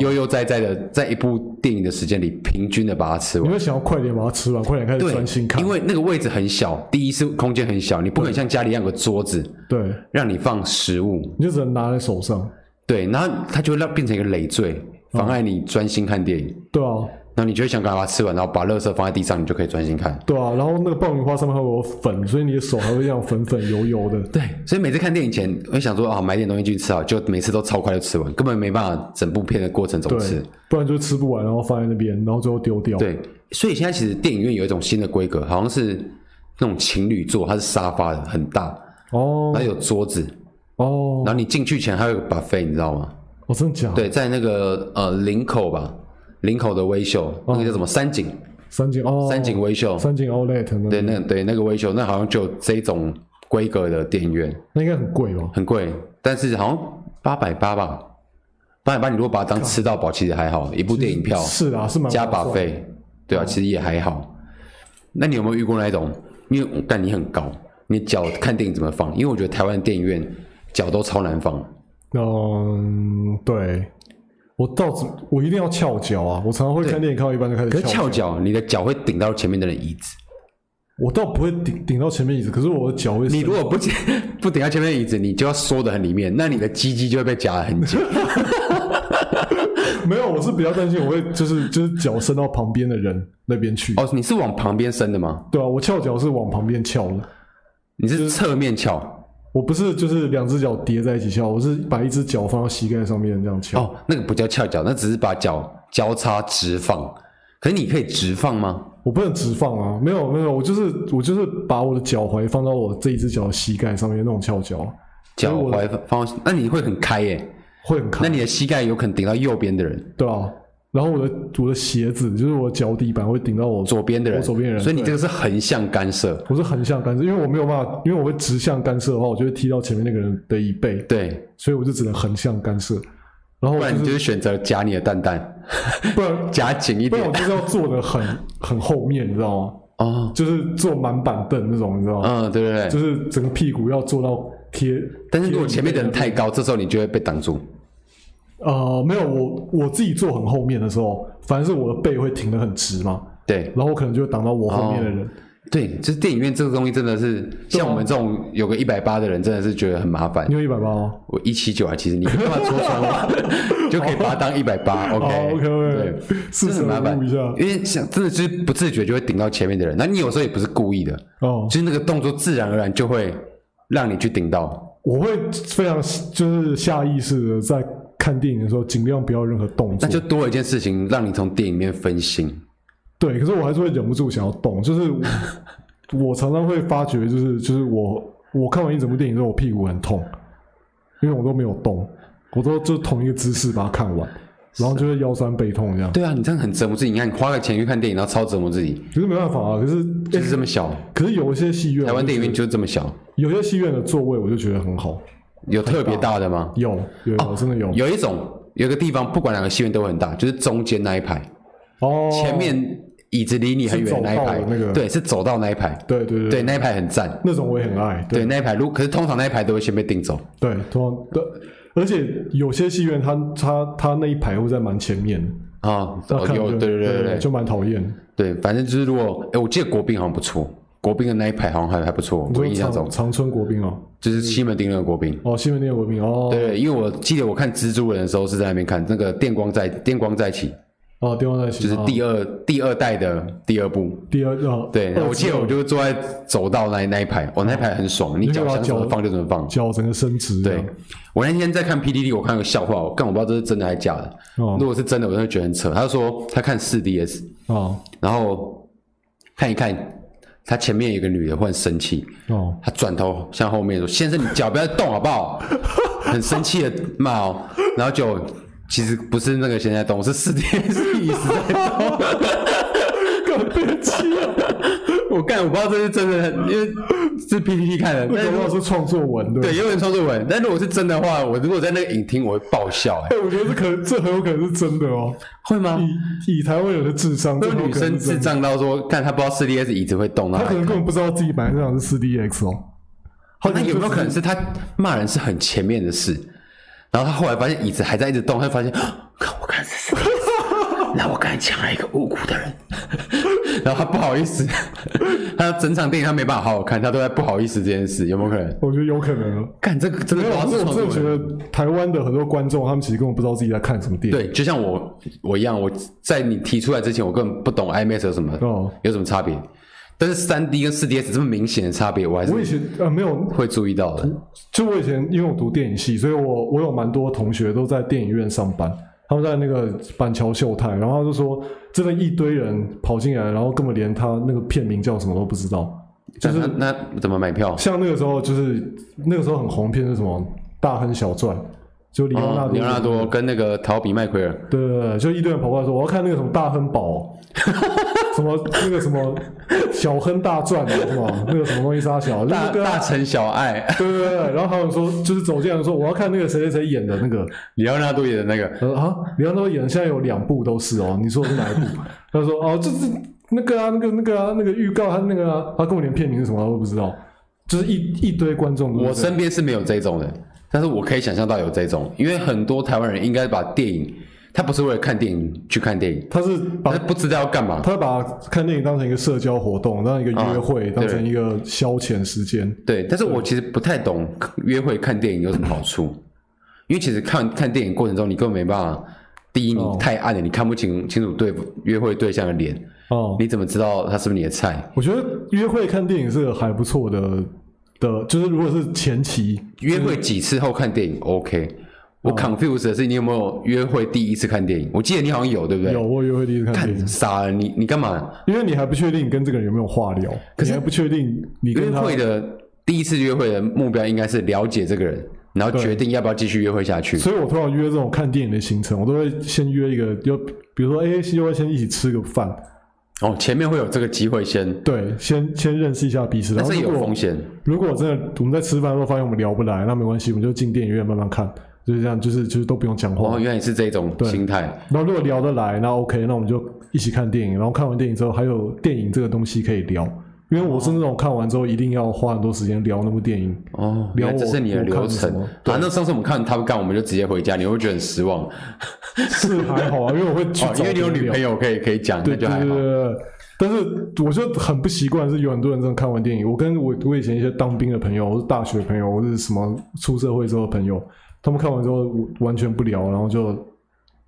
悠悠哉哉的在一部电影的时间里平均的把它吃你完。会想要快点把它吃完，快点开始专心看因。为那个位置很小，第一是空间很小，你不可能像家里一样有个桌子对，让你放食物，你就只能拿在手上。对，然后它就会让变成一个累赘，妨碍你专心看电影。对啊，然后你就会想赶快把它吃完，然后把垃圾放在地上，你就可以专心看。对啊，然后那个爆米花上面还有粉，所以你的手还会这样粉粉油油的。 对，所以每次看电影前，我想说啊，买点东西进去吃好，就每次都超快就吃完，根本没办法整部片的过程总吃对。，不然就吃不完，然后放在那边，然后最后丢掉。对，所以现在其实电影院有一种新的规格，好像是那种情侣座，它是沙发的，很大，哦然后有桌子，哦，然后你进去前还有个 buffet，你知道吗？哦，真的假的？对，在那个呃林口吧，林口的微秀，那个叫什么三井，三井哦，三井微秀，三井 Outlet 那对，边那对那个微秀，那好像就有这种规格的电影院。那应该很贵吧？很贵，但是好像八百八吧，八百八你如果把它当吃到饱，其实还好，一部电影票是啊，是蛮加把划算的。费，对啊，其实也还好。那你有没有遇过那一种？因为我干你很高，你脚看电影怎么放？因为我觉得台湾电影院脚都超难放，嗯，对，我到此我一定要翘脚啊！我常常会看电影看到一半就开可始是翘。翘脚，你的脚会顶到前面的人椅子。我倒不会顶顶到前面椅子，可是我的脚会你伸。如果不 不顶到前面的椅子，你就要缩得很里面，那你的鸡鸡就会被夹得很紧。没有，我是比较担心我会就是就是脚伸到旁边的人那边去。哦，你是往旁边伸的吗？对啊，我翘脚是往旁边翘的，你是侧面翘？我不是就是两只脚叠在一起翘，我是把一只脚放到膝盖上面这样翘。哦，那个不叫翘脚，那只是把脚交叉直放。可是你可以直放吗？我不能直放啊，没有没有，我就是我就是把我的脚踝放到我这一只脚的膝盖上面那种翘脚，啊脚踝放，那你会很开耶、会很开那。你的膝盖有可能顶到右边的人、对啊，然后我的我的鞋子就是我的脚底板会顶到我左边的人、我左边的人所以你这个是横向干涉。我是横向干涉，因为我没有办法，因为我会直向干涉的话，我就会踢到前面那个人的椅背，对，所以我就只能横向干涉。然后不我然就你是就是选择夹你的蛋蛋，不然夹紧一不点然我就是要坐的很 很后面，你知道吗？哦。就是坐满板凳那种，你知道吗？嗯，对对对。就是整个屁股要坐到贴。但是如果前面的人太高，这时候你就会被挡住。呃，没有我我自己坐很后面的时候，反正是我的背会挺得很直嘛，对然后我可能就会挡到我后面的哦人。对，就是电影院这个东西真的是，啊像我们这种有个一百八的人，真的是觉得很麻烦你。有一百八哦吗？我一七九啊，其实你干嘛戳穿 我，就可以把它当一百八，OK 哦 OK 对 OK，， 这是很麻烦一下，因为想真的就是不自觉就会顶到前面的人，那你有时候也不是故意的，哦就。是那个动作自然而然就会让你去顶到，我会非常就是下意识的在看电影的时候，尽量不要任何动那作。就多了一件事情让你从电影里面分心。对，可是我还是会忍不住想要动，就是我我常常会发觉，就是就是我我看完一整部电影之后，我屁股很痛，因为我都没有动，我都就同一个姿势把它看完，然后就会腰酸背痛这样。对啊，你这样很折磨自己。你看，你花个钱去看电影，然后超折磨自己，可是没办法啊，可是、就欸是这么小。可是有一些戏院，台湾电影院就是这么小，有些戏院的座位我就觉得很好，有特别大的吗？有有有真的有哦有一种，有一个地方不管哪个戏院都很大，就是中间那一排。哦，前面椅子离你很远的那一排是走道的那，个对，是走到那一排，对对对对，那一排很赞，那种我也很爱，对对，那一排如可是通常那一排都会先被订走，对，通常对，而且有些戏院它它它那一排会在蛮前面，啊，那哦看有了就对对对对就对蛮讨厌。对，反正就是如果，哎，我记得国宾好像不错，国宾的那一排好像还还不错，你我说印象长中长春国宾哦，就是西门町那个国宾。哦，西门店国宾哦，对，因为我记得我看蜘蛛人的时候是在那边看那个电光在电光在起，哦，地方在就是第二、第二代的第二部。第二哦，对，二我记得我就坐在走道那那一排，我、那一排很爽，你你可以脚把想怎么脚放就怎么放。脚整个伸直，对，我那天在看 PDD，我看有个笑话，我干我不知道这是真的还是假的。哦如果是真的，我真的觉得很扯。他说他看 4DS，哦然后看一看，他前面有个女的忽然生气，哦，他转头向后面说：“先生，你脚不要动好不好？”很生气的骂哦，然后就其实不是那个现在动，是四天是椅子在动。干别气了，我干，我不知道这是真的，因为是 PPT 看的。但那如个果要是创作文对不对对，有人创作文，但如果是真的话，我如果在那个影厅，我会爆笑、欸。哎、我觉得这可这很有可能是真的哦。会吗？以以台湾人的智商，那这个很有女可能生是智真的，障到说，看她不知道四 D S 椅子会动，然她后可能还根本不知道自己买那张是 4DX 哦。哦那有没有可能是她骂人是很前面的事，然后她后来发现椅子还在一直动，她就发 现，啊看我看是 4DS，那我刚才抢了一个无辜的人， 然后她不好意思， 她整场电影她没办法好好看，她都在不好意思这件事，有没有可能？我觉得有可能哦。干这个真的没不知道有啊，是这我创作真的觉文。得台湾的很多观众，他们其实根本不知道自己在看什么电影。对，就像我我一样，我在你提出来之前，我根本不懂 IMAX 有什么、哦有什么差别，但是三 D 跟四 DS 这么明显的差别，我还是我以前呃没有，会注意到的。就我以前因为我读电影系，所以我我有蛮多同学都在电影院上班，他们在那个板桥秀泰，然后他就说，真的一堆人跑进来，然后根本连他那个片名叫什么都不知道。就是那那怎么买票？像那个时候就是那个时候很红片是什么《大亨小传》，就里奥纳哦多，里奥纳多跟那个陶比麦奎尔，对对对，就一堆人跑过来说我要看那个什么大亨堡，啊什么那个什么小亨大传是吧？那个什么东西杀小，大那个啊大城小爱， 对对对，然后还有说就是走进来说我要看那个谁谁谁演的那个，里奥纳多演的那个，他说啊，里奥纳多演的现在有两部都是哦，你说是哪一部？ 他说哦，就是那个啊，那个那个啊，那个预告他那个啊，他跟我连片名是什么他都不知道，就是一一堆观众都我是这样身边是没有这种的，但是我可以想象到有这种，因为很多台湾人应该把电影，他不是为了看电影去看电影，他是他把是不知道要干嘛。他把看电影当成一个社交活动，当成一个约会，啊当成一个消遣时间。对，但是我其实不太 懂约会看电影有什么好处，因为其实看看电影过程中，你根本没办法。第一，你哦太暗了，你看不清清楚对约会对象的脸，哦，你怎么知道他是不是你的菜？我觉得约会看电影是个还不错的的，就是如果是前期，约会几次后看电影？OK，我哦 confused 的是你有没有约会第一次看电影？我记得你好像有，对不对？有我约会第一次看电干影，傻了，你你干嘛？因为你还不确定你跟这个人有没有话聊，你还不确定你约跟他会的第一次约会的目标应该是了解这个人，然后决定要不要继续约会下去。所以我通常约这种看电影的行程，我都会先约一个，就比如说，哎、要不要先一起吃个饭？哦，前面会有这个机会先，对，先先认识一下彼此。然但后是如有果风险。如果真的我们在吃饭的时候发现我们聊不来，那没关系，我们就进电影院慢慢看，就是这样，就是就是都不用讲话。哦，原来是这种心态。然后如果聊得来，那 OK，那我们就一起看电影。然后看完电影之后，还有电影这个东西可以聊，因为我是那种看完之后一定要花很多时间聊那部 电影。哦，原来这是你的流聊我我看什程么啊！那上次我们看他们干，我们就直接回家，你会不会觉得很失望，是还好啊，因为我会去、哦，因为你有女朋友，友可以可以讲，那对就对还对好。对。但是我就很不习惯，是有很多人真的看完电影。我跟我我以前一些当兵的朋友，我是大学朋友，我是什么出社会之后的朋友，他们看完之后完全不聊，然后就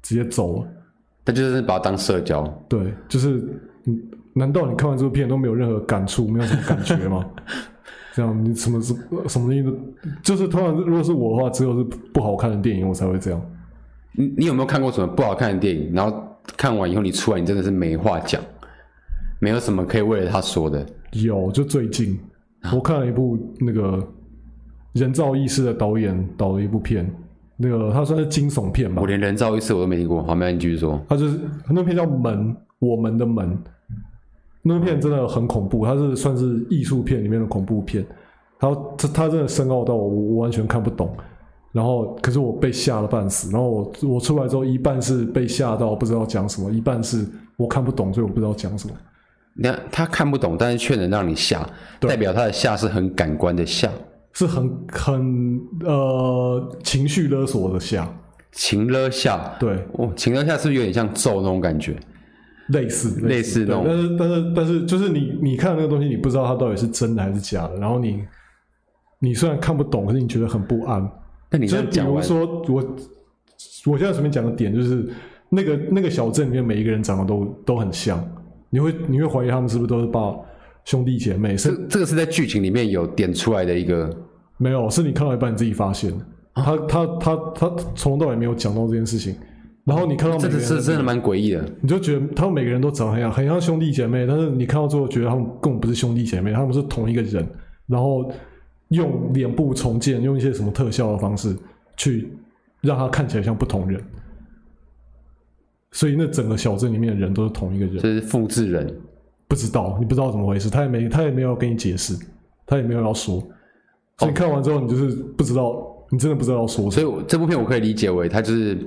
直接走了。但就是把它当社交。对，就是，嗯难道你看完这部片都没有任何感触，没有什么感觉吗？ 这样你什么什什么东西都，就是通常如果是我的话，只有是不好看的电影我才会这样。你你有没有看过什么不好看的电影？然后看完以后你出来，你真的是没话讲，没有什么可以为了他说的。有，就最近我看了一部那个人造意识的导演导的一部片，那个他算是惊悚片吧我，连人造一次我都没听过。好，没有你继续说。他就是那片叫《门》，我们的门。那片真的很恐怖，它是算是艺术片里面的恐怖片。然后它它真的深奥到我我完全看不懂。然后可是我被吓得半死。然后我我出来之后，一半是被吓到不知道讲什么，一半是我看不懂，所以我不知道讲什么。你看他看不懂，但是却能让你下，代表他的下是很感官的下。是很很呃情绪勒索的下，情勒下，对，哦，情勒下是不是有点像揍那种感觉？类似类似那种对但是但是但是就是你你看那个东西，你不知道它到底是真的还是假的，然后你你虽然看不懂，可是你觉得很不安。那你这就是样比讲如完，说我我现在随便讲个点，就是那个那个小镇里面每一个人长得都都很像，你会你会怀疑他们是不是都是把兄弟姐妹？这是这个是在剧情里面有点出来的一个，没有，是你看到一半你自己发现的。啊他他他他从头到尾没有讲到这件事情，然后你看到每这个个人是真的蛮诡异的。你就觉得他们每个人都长得很像，很像兄弟姐妹，但是你看到最后觉得他们根本不是兄弟姐妹，他们是同一个人，然后用脸部重建，用一些什么特效的方式去让他看起来像不同人，所以那整个小镇里面的人都是同一个人，这是复制人，不知道你不知道怎么回事，他也没他也没有跟你解释，他也没有要说，所以看完之后你就是不知道，你真的不知道要说什哦所么，以我这部片我可以理解为它就是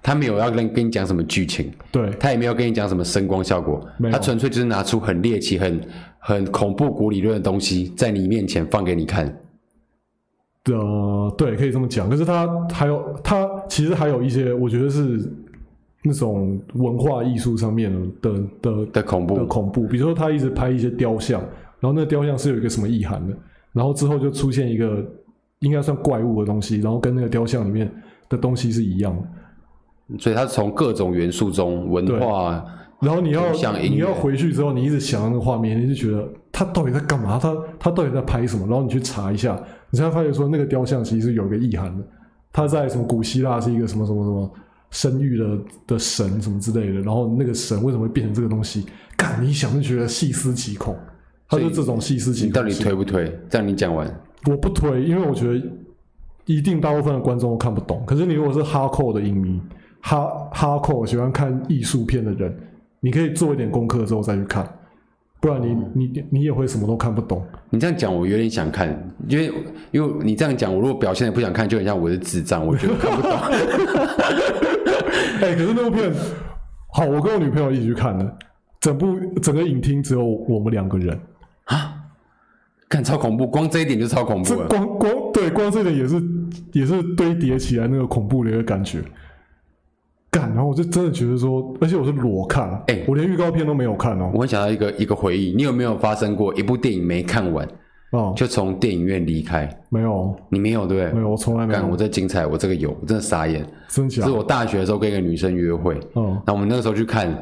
它没有要跟跟你讲什么剧情，对他也没有跟你讲什么声光效果没，有他纯粹就是拿出很猎奇、很很恐怖谷理论的东西在你面前放给你看。呃，对，可以这么讲。可是它还有它其实还有一些，我觉得是那种文化艺术上面的的的恐怖的恐怖，比如说他一直拍一些雕像，然后那雕像是有一个什么意涵的，然后之后就出现一个应该算怪物的东西，然后跟那个雕像里面的东西是一样的。所以他从各种元素中，文化然后你要图像音乐你要回去之后，你一直想那个画面，你就觉得他到底在干嘛？他他到底在拍什么？然后你去查一下，你才发现说那个雕像其实是有一个意涵的，他在什么古希腊是一个什么什么什么生育的的神什么之类的，然后那个神为什么会变成这个东西？干，你一想就觉得细思极恐。他就所以这种细思极你恐。到底推不推？这样你讲完，我不推，因为我觉得一定大部分的观众都看不懂。可是你如果是哈扣的影迷，哈哈扣喜欢看艺术片的人，你可以做一点功课之后再去看，不然你你你也会什么都看不懂。你这样讲我有点想看，因为因为你这样讲，我如果表现的不想看，就很像我是智障，我觉得 看不懂。哎、可是那部片，好，我跟我女朋友一起去看的，整部整个影厅只有我们两个人，看超恐怖，光这一点就超恐这怖了。光光对光这点也是也是堆叠起来那个恐怖的一个感觉。干，然后我就真的觉得说，而且我是裸看，哎我连预告片都没有看哦，我很想要一个一个回忆，你有没有发生过一部电影没看完啊、就从电影院离开？没有，你没有对不对？没有，我从来没干，我有，这精彩，我这个有，我真的傻眼。真假是？我大学的时候跟一个女生约会，嗯，那我们那个时候去看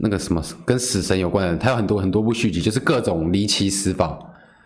那个什么跟死神有关的，它有很多很多部续集，就是各种离奇死法。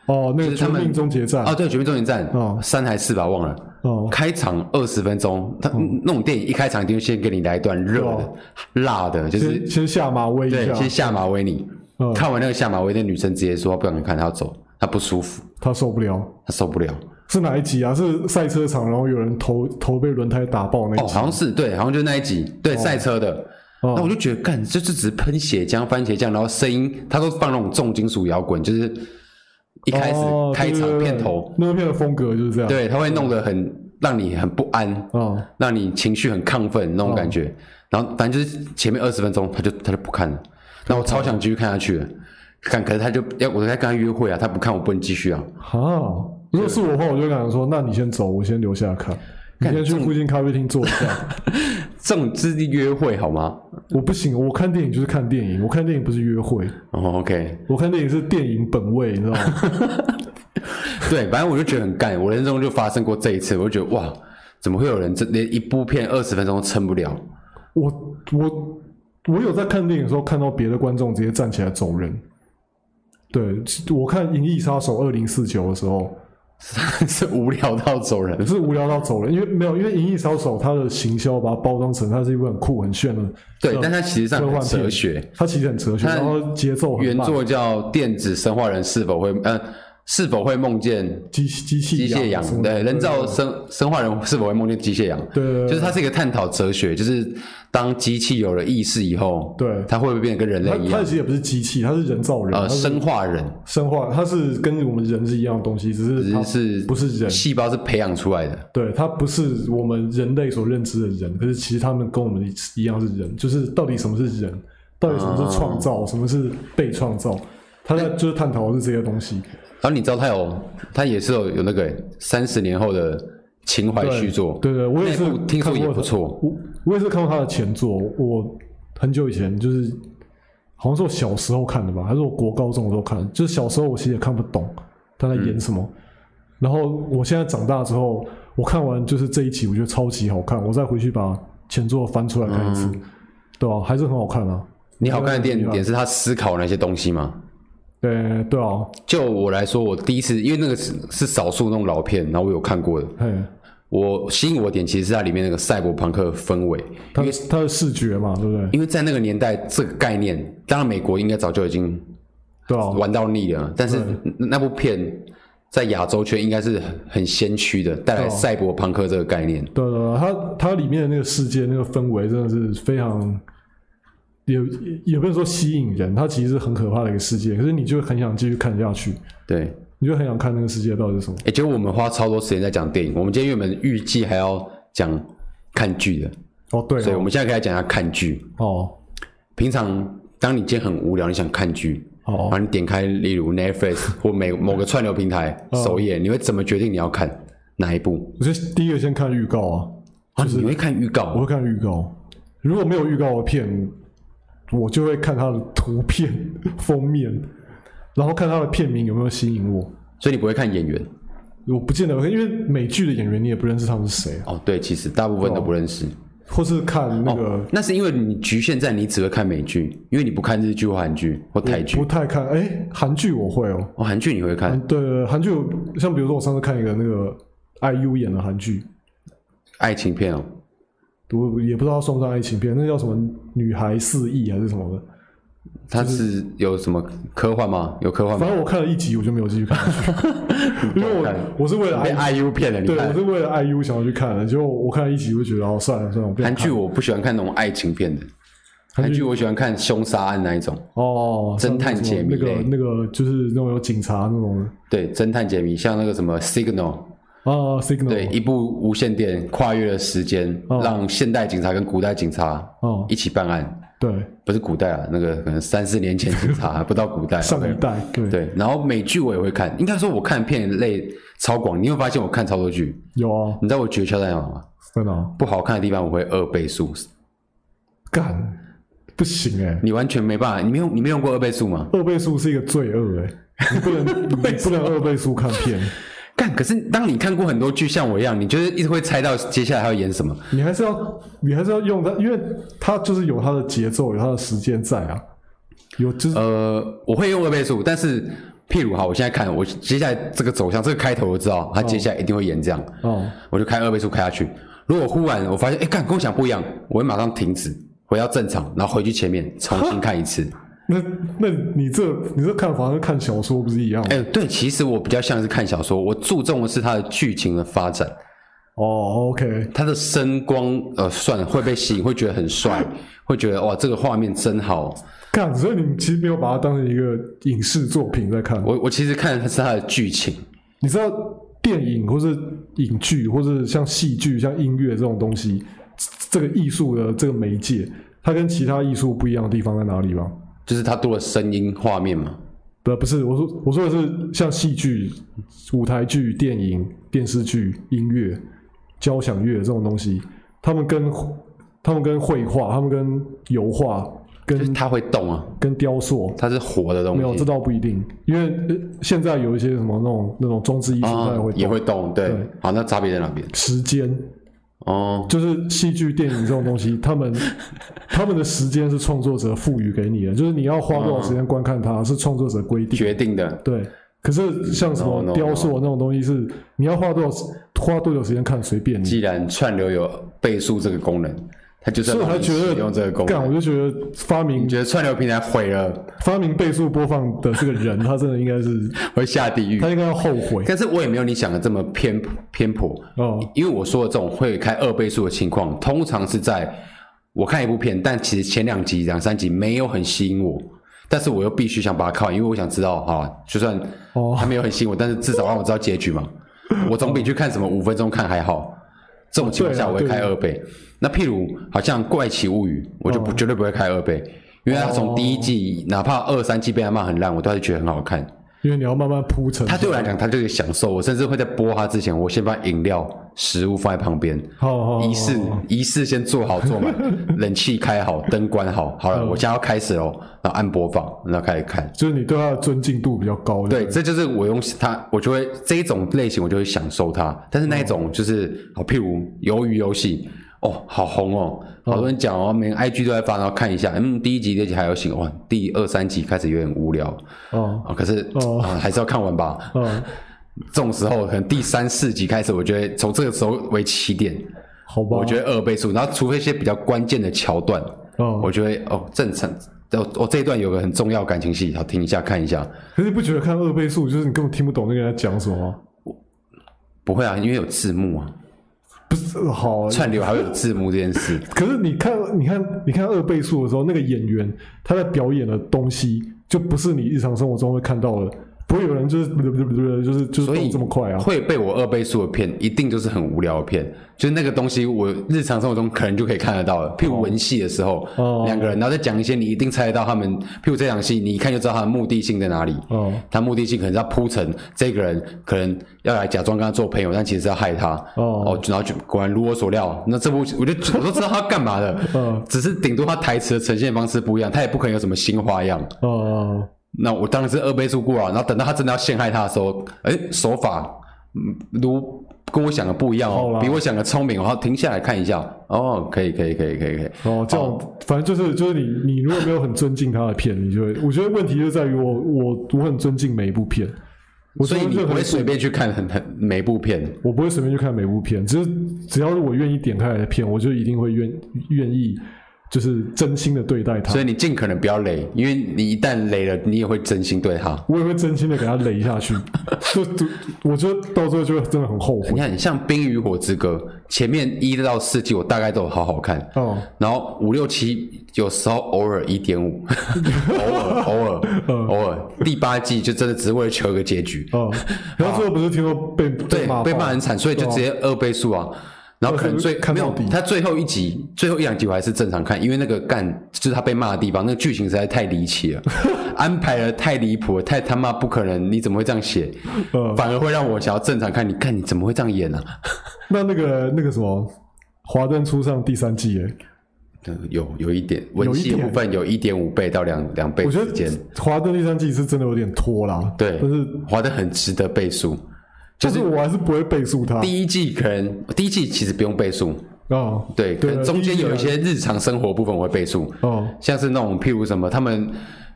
哦，那就个《是他绝们命终结站哦，》对，《绝命终结站》啊哦三还是四吧，忘了。哦，开场二十分钟，它那种电影一开场一定会先给你来一段热的哦、辣的，就是先先下马威一对，下，先下马威你。嗯看完那个下马威，那女生直接说她不想看，她要走，她不舒服，他受不了。她受不了。是哪一集啊？是赛车场，然后有人头头被轮胎打爆那哦，一集。好像是对，好像就那一集，对，赛车的。哦那我就觉得，干，这就只喷血浆、番茄酱，然后声音，他都放那种重金属摇滚，就是一开始哦开对场对对片头，那个片的风格就是这样。对，他会弄得很让你很不安，啊，让你情绪很亢奋那种感觉。然后反正就是前面二十分钟，他就他就不看了，那我超想继续看下去的，看，可是他就要我在跟他约会啊，他不看我不能继续啊。哈，如果是我的话，我就会跟他说：“那你先走，我先留下看。你先去附近咖啡厅坐一下。这种这是约会好吗？” 我不行，我看电影就是看电影，我看电影不是约会，哦，OK，我看电影是电影本位，你知道吗？ 对，反正我就觉得很干，我人生中就发生过这一次，我就觉得哇，怎么会有人这连一部片二十分钟都撑不了？ 我我我有在看电影的时候看到别的观众直接站起来走人。对，我看《银翼杀手二零四九》的时候，是无聊到走人也。是无聊到走人，因为没有，因为《银翼杀手》它的行销把它包装成它是一部很酷很炫的，对呃，但它其实上科很幻片哲学。它其实很哲学，它然后节奏很原慢，作叫《电子生化人是否会呃是否会梦见机机器机械羊羊什么》？的对，人造生生化人是否会梦见机械羊？对对对就是它是一个探讨哲学，就是当机器有了意识以后，对它会不会变得跟人类它一它样？其实也不是机器，它是人造人，呃，它是生化人生化，它是跟我们人是一样的东西，只是它只是不是人细胞是培养出来的。对，它不是我们人类所认知的人，可是其实他们跟我们一样是人，就是到底什么是人，到底什么是创造，什么是被创造，他在就是探讨的是这些东西。然后你知道他有，他也是有有那个三十年后的情怀续作，对对，我也是那部听说看过也不他错。我我也是看过他的前作，我很久以前就是好像是我小时候看的吧，还是我国高中的时候看的，就是小时候我其实也看不懂他在演什么。嗯然后我现在长大之后，我看完就是这一集，我觉得超级好看，我再回去把前作翻出来看一次，对啊？还是很好看啊。嗯你好看的我觉点得很厉害点是他思考那些东西吗？对对啊，就我来说，我第一次因为那个是是少数那种老片，然后我有看过的。嘿，我吸引我的点其实是它里面那个赛博朋克氛围，他他的视觉嘛，对不对？因为在那个年代这个概念，当然美国应该早就已经对啊，玩到腻了，但是那那部片在亚洲圈应该是很很先驱的，带哦来赛博朋克这个概念。对对对，它它里面的那个世界那个氛围真的是非常，也也不能说吸引人，它其实是很可怕的一个世界，可是你就很想继续看下去，对，你就很想看那个世界到底是什么。也哎就是我们花超多时间在讲电影，我们今天原本预计还要讲看剧的，哦，对所以哦我们现在可以来讲一下看剧。哦平常当你今天很无聊，你想看剧，然哦，后你点开例如 Netflix 或 每某个串流平台哦首页，你会怎么决定你要看哪一部？我觉得第一个先看预告啊，啊，你会看预我告会看预告，如果没有预告的片，我就会看它的图片封面，然后看它的片名有没有吸引我。所以你不会看演员我不见得会，因为美剧的演员你也不认识他们是谁啊，哦。对，其实大部分都不认识。哦或是看那个那是因为你局限在你只会看美剧，因为你不看日剧或韩剧或台剧不。太看，哎、韩剧我会哦、哦，韩剧你会看嗯，对，韩剧有像比如说我上次看一个那个 IU 演的韩剧，爱情片哦。我也不知道它算不算爱情片，那叫什么女孩四亿还是什么的，它是有什么科幻吗？有科幻吗反？正我看了一集我就没有继续看下 去，因为看我我是为了被 IU， IU 骗了，你对我看是为了 IU 想要去看的，结果我看了一集我就觉得哦算了算了，我不想韩看剧我不喜欢看那种爱情片的，韩剧我喜欢看凶杀案那一种，哦，像侦探那种解密那个类那个就是那种有警察那种的对，侦探解谜，像那个什么 Signal，啊，Signal 对，一部无线电跨越了时间，哦让现代警察跟古代警察哦一起办案，对不是古代啊，那个可能三四年前警察 还不到古代，上一 OK 代对对，然后美剧我也会看，应该说我看片类超广，你会发现我看超多剧，有啊，你知道我诀窍在哪吗？真的啊不好看的地方我会二倍速，干不行哎、你完全没办法，你没用你没用过二倍速吗？二倍速是一个罪恶哎、你不能你不能 二倍速啊看片，干，可是当你看过很多剧，像我一样，你就是一直会猜到接下来要演什么。你还是要你还是要用它，因为它就是有它的节奏，有它的时间在啊，有就是、呃，我会用二倍速，但是譬如哈，我现在看我接下来这个走向，这个开头我知道他接下来一定会演这样，哦我就开二倍速开下去。如果忽然我发现，哎、干跟我想不一样，我会马上停止，回到正常，然后回去前面重新看一次。那那你这你这看法跟看小说不是一样吗？哎、对，其实我比较像是看小说，我注重的是它的剧情的发展。哦，OK，他的声光，呃，算了，会被吸引，会觉得很帅，会觉得哇，这个画面真好，看，所以你其实没有把它当成一个影视作品在看，我我其实看的是它的剧情，你知道电影或是影剧或是像戏剧、像音乐这种东西，这这个艺术的这个媒介，它跟其他艺术不一样的地方在哪里吗？就是它多了声音画面嘛。啊不，不是，我说我说的是像戏剧、舞台剧、电影、电视剧、音乐、交响乐这种东西，他们跟他们跟绘画、他们跟油画、就是跟它会动啊，跟雕塑，它是活的没有东这西，倒不一定，因为呃现在有一些什么那种那种装置艺术，它也会哦也动。会动，对对。好，那差别在哪边？时间哦，就是戏剧、电影这种东西，他 们他们的时间是创作者赋予给你的，就是你要花多少时间观看它，是创作者规定的。决定的。对，可是像什 No, no, 么 no. 雕塑那种东西是，你要花多少时花多久时间看随便你。既然串流有倍速这个功能，它就是所以我要才让你觉使得用这个功干，能。嗯我就觉得发明你觉得串流平台毁了，发明倍速播放的这个人，他真的应该是会下地狱他？应该要后悔但是我也没有你想的这么偏偏颇，哦。因为我说的这种会开二倍速的情况，通常是在我看一部片，但其实前两集、两三集没有很吸引我，但是我又必须想把它看完，因为我想知道哈，就算哦它没有很 吸引我，但是至少让我知道结局嘛。我总比去看什么五分钟看还好。这种情况下，哦我对啊嗯会开二倍。那譬如好像《怪奇物语》，我就不、绝对不会开二倍，因因为他从第一季、哪怕二三季被他骂很烂，我都还是觉得很好看。因为你要慢慢铺陈。他对我来讲，他就是享受。我甚至会在播他之前，我先把饮料、食物放在旁边，好好好仪式仪式先做好做 满，冷气开好，灯关好，好了，我现在要开始喽，然后按播放，然后开始看。就是你对他的尊敬度比较高。对，不这就是我用它，我就会这一种类型，我就会享受它。但是那一种就是，好、譬如鱿鱼游戏，哦，好红哦，好多人讲哦，每个 IG 都在发，然后看一下，嗯，第一集、第二集还有行，哇，第二三集开始有点无聊哦啊，可是、哦啊还是要看完吧。嗯，这种时候，可能第三四集开始，我觉得从这个时候为起点，好吧。我觉得二倍速，然后除非一些比较关键的桥段，哦我觉得哦正常。哦，我这一段有个很重要感情戏，好听一下看一下。可是你不觉得看二倍速就是你根本听不懂那个人在讲什么吗？不会啊，因为有字幕啊。不是呃好啊，串流还会有字幕这件 事，可是你看，你看，你看二倍速的时候，那个演员他在表演的东西，就不是你日常生活中会看到的，不会有人就是 就是就是所以动这么快啊。会被我二倍速的片，一定就是很无聊的片，就是那个东西我日常生活中可能就可以看得到了。譬如文戏的时候，哦两个人然后再讲一些你一定猜得到他们，譬如这场戏你一看就知道他的目的性在哪里。哦他目的性可能是要铺陈这个人可能要来假装跟他做朋友，但其实是要害他。哦然后就果然如我所 料，那这部我就我都知道他干嘛的，嗯只是顶多他台词的呈现方式不一样，他也不可能有什么新花样。哦那我当然是二倍速过了，然后等到他真的要陷害他的时候，哎，手法嗯如跟我想的不一样好哦啦，比我想的聪明哦，然后停下来看一下，哦，可以可以可以可以可以，哦，这样反正就是就是你你如果没有很尊敬他的片，你就会，我觉得问题就在于我我我很尊敬每一部片，我所以觉得你任不何会一部随便去看很很每一部片，我不会随便去看每部片，只是只要是我愿意点开来的片，我就一定会愿愿意就是真心的对待它所，以你尽可能不要累，因为你一旦累了，你也会真心对他。我也会真心的给它雷 下去，就就我觉得到最后就会真的很后悔你看，像《冰与火之歌》前面一到四季，我大概都有好好看，哦，然后五六七有时候偶尔一点五， 偶尔偶尔偶尔，第八季就真的只是为了求一个结局。 哦，然后最后不是听说被对被骂，被爆骂很惨，所以就直接二倍速啊。然后可能最看没到有底他最后一集、最后一两集我还是正常看，因为那个干就是他被骂的地方，那个剧情实在太离奇 了，安排的太离谱了，太他妈不可能！你怎么会这样写？嗯反而会让我想要正常看。你看你怎么会这样演啊？那那个那个什么《华灯初上》第三季，哎，对有有一点文戏有一的点部分有一点五倍到两两倍我觉之得间， 《华灯》第三季是真的有点拖啦，对但是划的很值得倍数。但是我还是不会倍速它第一季可能第一季其实不用倍数，哦，对，可对能中间有一第一啊些日常生活部分我会倍数，哦像是那种譬如什么，他们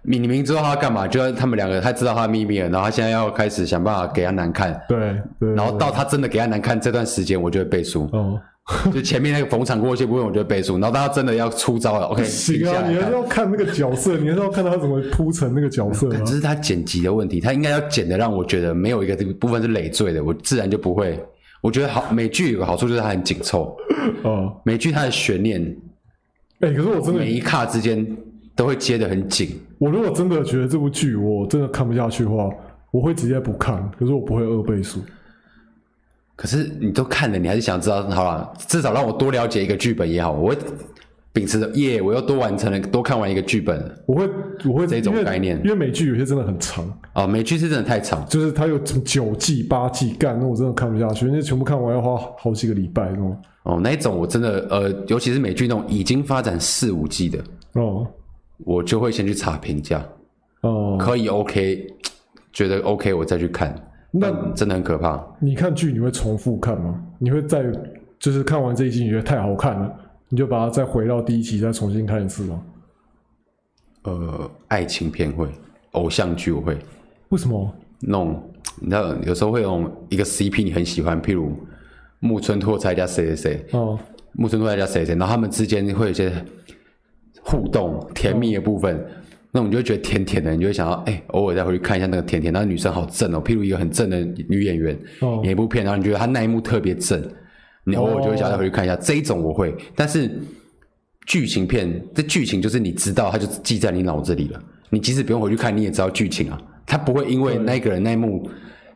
你你明知道他要干嘛，就是他们两个他知道他的秘密了，然后他现在要开始想办法给他难看，对对，，然后到他真的给他难看这段时间，我就会背书 哦。就前面那个逢场过戏部分我就会背书，然后当他真的要出招 了，OK，停行下啊，来你还看是。要看那个角色，你还是要看他怎么铺陈那个角色这啊。是他剪辑的问题，他应该要剪的让我觉得没有一个部分是累赘的，我自然就不会。我觉得好美剧有个好处就是它很紧凑，哦，美剧它的悬念哎、可是我真的每一卡之间都会接得很紧，我如果真的觉得这部剧我真的看不下去的话，我会直接不看。可是我不会二倍速。可是你都看了，你还是想知道，好了，至少让我多了解一个剧本也好，我会秉持着耶，我又多完成了，多看完一个剧本了我会，我会这种因为概念因为美剧有些真的很长，啊、美剧是真的太长，就是它有什么九季、八季，干那我真的看不下去，那全部看完要花好几个礼拜那种。哦，那一种我真的呃，尤其是美剧那种已经发展四五季的，哦我就会先去查评价，哦，可以 OK，觉得 OK 我再去看，那但真的很可怕。你看剧你会重复看吗？你会再就是看完这一季你觉得太好看了，你就把它再回到第一集再重新看一次吗？呃，爱情片会，偶像剧我会为什么？那种，你知道有时候会用一个 CP 你很喜欢，譬如木村拓哉加谁谁谁，哦木村拓哉加谁谁，然后他们之间会有一些互动甜蜜的部分，那我们就会觉得甜甜的，你就会想要哎、偶尔再回去看一下那个甜甜，那个女生好正哦，譬如一个很正的女演员、哦演一部片，然后你觉得她那一幕特别正，你偶尔就会想要再回去看一下，这一种我会，但是剧情片这剧情就是你知道，它就记在你脑子里了，你即使不用回去看，你也知道剧情啊，它不会因为那个人那一幕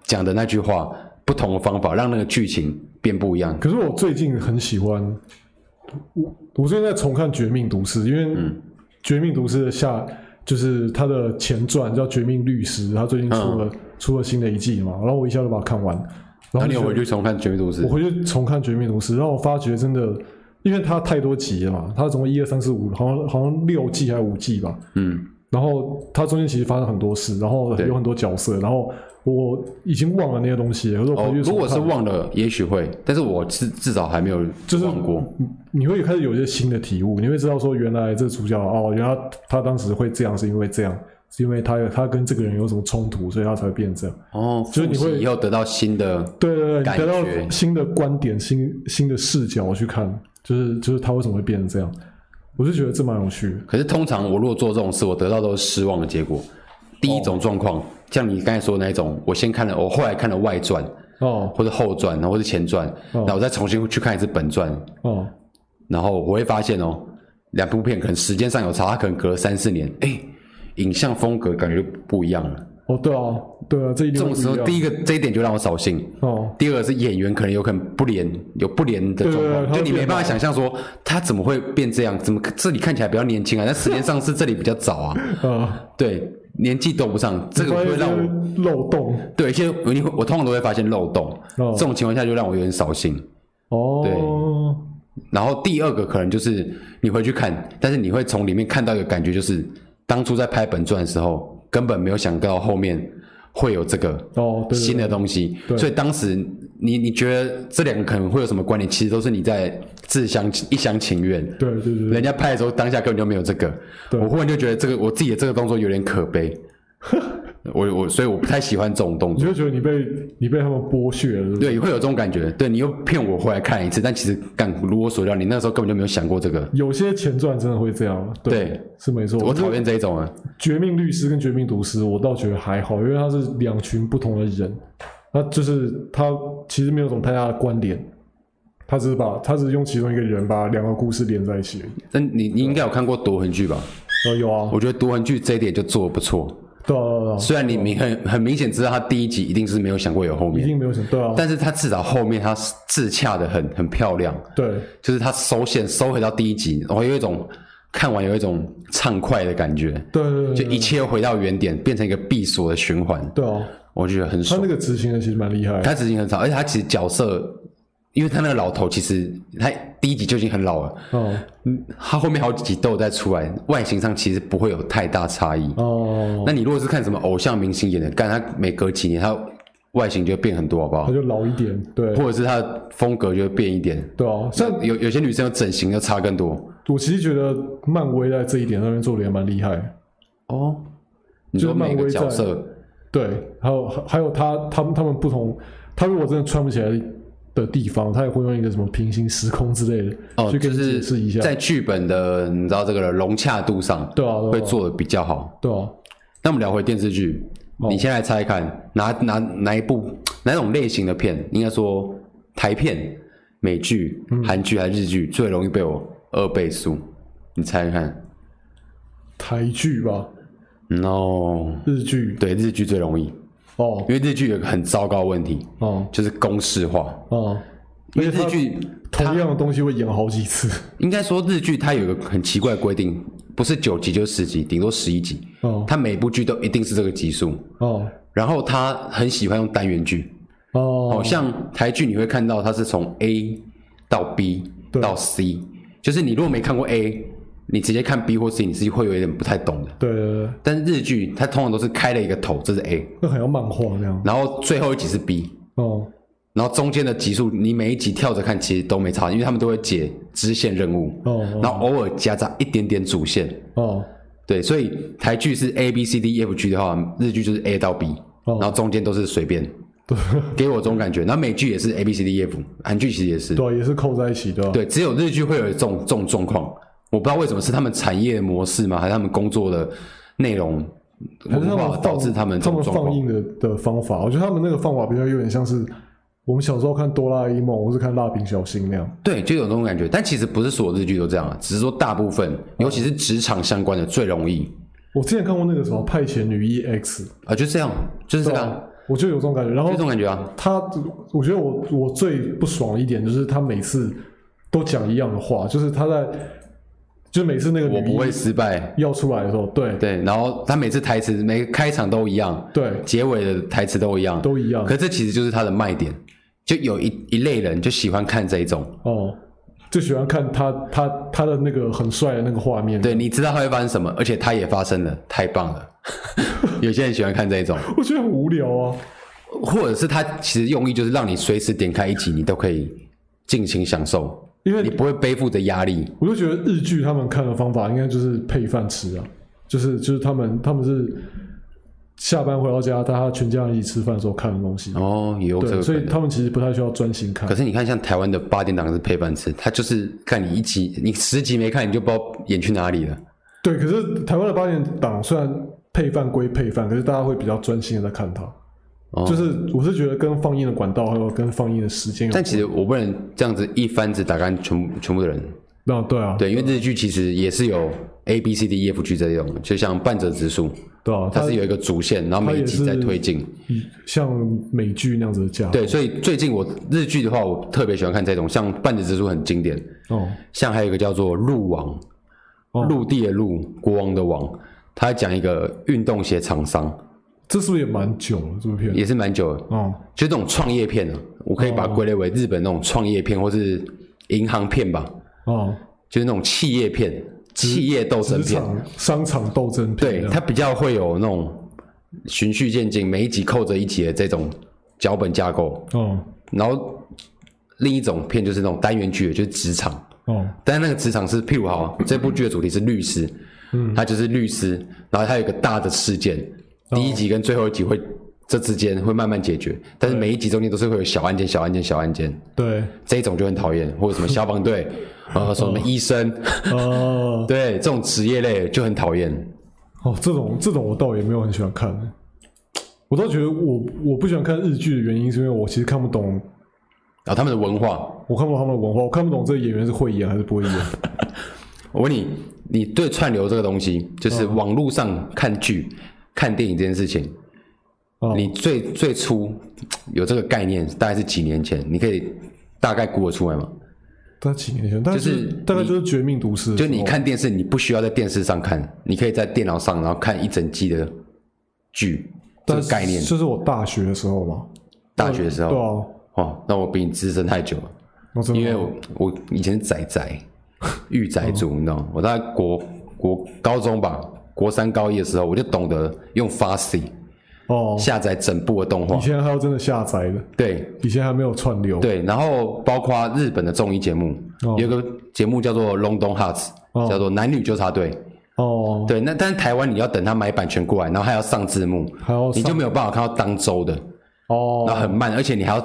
讲的那句话不同的方法让那个剧情变不一样，可是嗯我最近很喜欢，我我最近在重看《绝命毒师》，因为《绝命毒师》的下，就是他的前传叫《绝命律师》，他最近出了、出了新的一季嘛，然后我一下就把它看完。然嗯后然后你有就回去重看《绝命毒师我》？回去重看《绝命毒师》，让我发觉真的，因为它太多集了嘛，它总共一二三四五，好像好像六季还是五季吧。嗯，然后它中间其实发生很多事，然后对有很多角色，然后我已经忘了那些东西了。可是我哦，回去如重果看，是忘了，也许会，但是我至至少还没有就是忘过。你会开始有一些新的体悟，你会知道说原来这主角哦，原来他他当时会这样是因为这样，是因为他有他跟这个人有什么冲突，所以他才会变这样。哦，就是你复习会以后得到新的，对对对，感你得觉到新的观点、新新的视角去看，就是就是他为什么会变成这样，我就觉得这蛮有趣的。可是通常我如果做这种事，我得到都是失望的结果。第哦一种状况，像你刚才说的那一种，我先看了，我后来看了外传哦或者后传，然后或者前传，哦然后我再重新去看一次本传，哦，然后我会发现哦，两部片可能时间上有差，它可能隔了三四年，哎，影像风格感觉就不一样了。哦，对啊，对啊，这一这定会种时不候一，样。第一个这一点就让我扫兴。哦，第二个是演员可能有可能不连有不连的状对对况，对就你没办法他想象说他怎么会变这样，怎么这里看起来比较年轻啊，但时间上是这里比较早啊，啊，对，年纪斗不上，这个关于会让这我个漏洞对，现在我你会我通常都会发现漏洞，哦这种情况下就让我有点扫兴。哦，然后第二个可能就是你回去看，但是你会从里面看到一个感觉，就是当初在拍本传的时候，根本没有想到后面会有这个哦，对对新的东西。对所以当时你你觉得这两个可能会有什么关联？其实都是你在自相一厢情愿。对对对对，人家拍的时候，当下根本就没有这个。对我忽然就觉得这个我自己的这个动作有点可 悲。我我所以我不太喜欢这种动你作。就觉得你被你被他们剥削了，对，会有这种感觉。对你又骗我回来看一次，但其实干，如我所料，你那时候根本就没有想过这个。有些前传真的会这样，对是没错。我觉得讨厌这一种啊。绝命律师》跟《绝命毒师》，我倒觉得还好，因为他是两群不同的人，那就是他其实没有什么太大的关联，他只是把他只是用其中一个人把两个故事连在一起而已。但你你应该有看过夺魂剧吧？哦，有啊，我觉得夺魂剧这一点就做的不错。对啊对啊，对啊虽然你明很很明显知道他第一集一定是没有想过有后一面，定没有想对啊，但是他至少后面他自洽的很很漂亮，对就是他收线收回到第一集，然后有一种看完有一种畅快的感觉，对对对，就对一切又回到原点，变成一个闭锁的循环，对啊，我觉得很他爽那。个执行的其实蛮厉害的，他执行很少，而且他其实角色，因为他那个老头其实他第一集就已经很老了，哦嗯，他后面好几集都有再出来，外形上其实不会有太大差异。哦，那你如果是看什么偶像明星演的，干他每隔几年他外形就会变很多，好不好他？就老一点，对或者是他的风格就会变一点。对啊，像像有有些女生有整形就差更多我其实觉得漫威在这一点上面做的也蛮厉害的，哦。你就说是漫每威个角在色对，还有还有他他们他们不同，他如果真的穿不起来的地方，他也会用一个什么平行时空之类的，哦，去就跟你是解释一下，在剧本的你知道这个融洽度上对啊，会对啊，做的比较好。对啊，那我们聊回电视剧，哦你先来猜看哪哪哪一部哪种类型的片，应该说台片、美剧、嗯韩剧还是日剧最容易被我二倍速？你猜猜看。台剧吧， No，日剧，对日剧最容易，哦因为日剧有个很糟糕的问题，哦就是公式化。哦，因为而且日它剧，同样的东西会演好几次，应该说日剧它有一个很奇怪的规定，不是九集就是十集，顶多十一集。哦它每部剧都一定是这个集数，哦然后它很喜欢用单元剧，好、哦，像台剧你会看到它是从 A 到 B 对到 C，就是你如果没看过 A，你直接看 B 或 C，你是会有一点不太懂的。对对对，但是日剧它通常都是开了一个头，这是 A，那很像漫画那样，然后最后一集是 B，哦然后中间的集数，你每一集跳着看，其实都没差，因为他们都会解支线任务，哦然后偶尔夹杂一点点主线。哦对，所以台剧是 A B C D E F G 的话，日剧就是 A 到 B，、哦然后中间都是随便，对 给我这种感觉。然后美剧也是 A B C D E F，韩剧其实也是，对啊，也是扣在一起，对吧？对，只有日剧会有这种这种状况。我不知道为什么是他们产业模式吗，还是他们工作的内容还是文他们化放导致他们这他种们状况放？映的的方法，我觉得他们那个方法比较有点像是我们小时候看哆啦 A 梦，或是看蜡笔小新那样。对，就有这种感觉。但其实不是所有日剧都这样啊，只是说大部哦分，尤其是职场相关的最容易我之前看过那个什么《派遣女一 X》，啊，就这样，就是这对哦个啊，吧？我就有这种感觉。然就后这种感觉啊。他，我觉得我我最不爽的一点就是他每次都讲一样的话，就是他在。就每次那个我女不一会失败。要出来的时候，对对，然后他每次台词每个开场都一样，对结尾的台词都一样，都一样可这其实就是他的卖点，就有一一类人就喜欢看这一种，哦，就喜欢看他他他的那个很帅的那个画面。对，你知道他会发生什么，而且他也发生了，太棒了。 有些人喜欢看这一种，我觉得很无聊啊。或者是他其实用意就是让你随时点开一集，你都可以尽情享受，因为你不会背负着压力。我就觉得日剧他们看的方法应该就是配饭吃啊，就是就是他们他们是下班回到家，大家全家一起吃饭的时候看的东西。哦，也有这对，个可所以能。他们其实不太需要专心看可。是你看，像台湾的八点档是配饭吃，他就是看你一集，你十集没看，你就不知道演去哪里了。对，可是台湾的八点档虽然配饭归配饭，可是大家会比较专心的在看它。哦就是我是觉得跟放映的管道还有跟放映的时间有但其实我不能这样子一竿子打干全部全部的人，那对啊，对，因为日剧其实也是有 A B C D E F G 这种，就像半泽直树，对啊，它它是有一个主线，然后每一集它在也是推进。像美剧那样子的架。对，所以最近我日剧的话，我特别喜欢看这种，像半泽直树很经典，哦，像还有一个叫做《鹿王》，陆地的陆，国王的王，他讲一个运动鞋厂商，这是不是也蛮久了？这部片也是蛮久的。哦，就这种创业片啊，我可以把它归类为日本那种创业片，或是银行片吧，哦，就是那种企业片、企业斗职争片。场商场斗争片这对，样，它比较会有那种循序渐进，每一集扣着一集的这种脚本架构。哦然后另一种片就是那种单元剧的，就是职场。哦但那个职场是，譬如好，这部剧的主题是律师，嗯，他就是律师，然后他有一个大的事件，第一集跟最后一集会这之间会慢慢解决，但是每一集中间都是会有小案件、小案件、小案件，对，这一种就很讨厌，或者什么消防 队，呃，什么医生，哦对，这种职业类就很讨厌。哦，这种这种我倒也没有很喜欢看，我倒觉得我我不喜欢看日剧的原因是因为我其实看不懂，然后他们的文化，我看不懂他们的文化，我看不懂这个演员是会演还是不会演。我问你，你对串流这个东西，就是网络上看剧、看电影这件事情，哦你最最初有这个概念，大概是几年前？你可以大概估得出来吗？大概几年前，但就是是大概就是《绝命毒师》的时就候，你看电视，你不需要在电视上看，你可以在电脑上，然后看一整季的剧，这但个是概念。就是我大学的时候嘛，大学的时对候，啊，哦，那我比你资深太久了，我真的因为我我以前是宅宅， 御宅哦族，你知道吗？我大概国国高中吧，国三高一的时候，我就懂得用 Fast 哦，下载整部的动画以，前还有真的下载的，对，以前还没有串流，对，然后包括日本的综艺节目，哦有一个节目叫做《龙东 Hearts》，哦叫做《男女纠察队》。哦，对，那但是台湾你要等他买版权过来，然后还要上字幕，还有你哦上就没有办法看到当周的，哦，然后很慢，而且你还要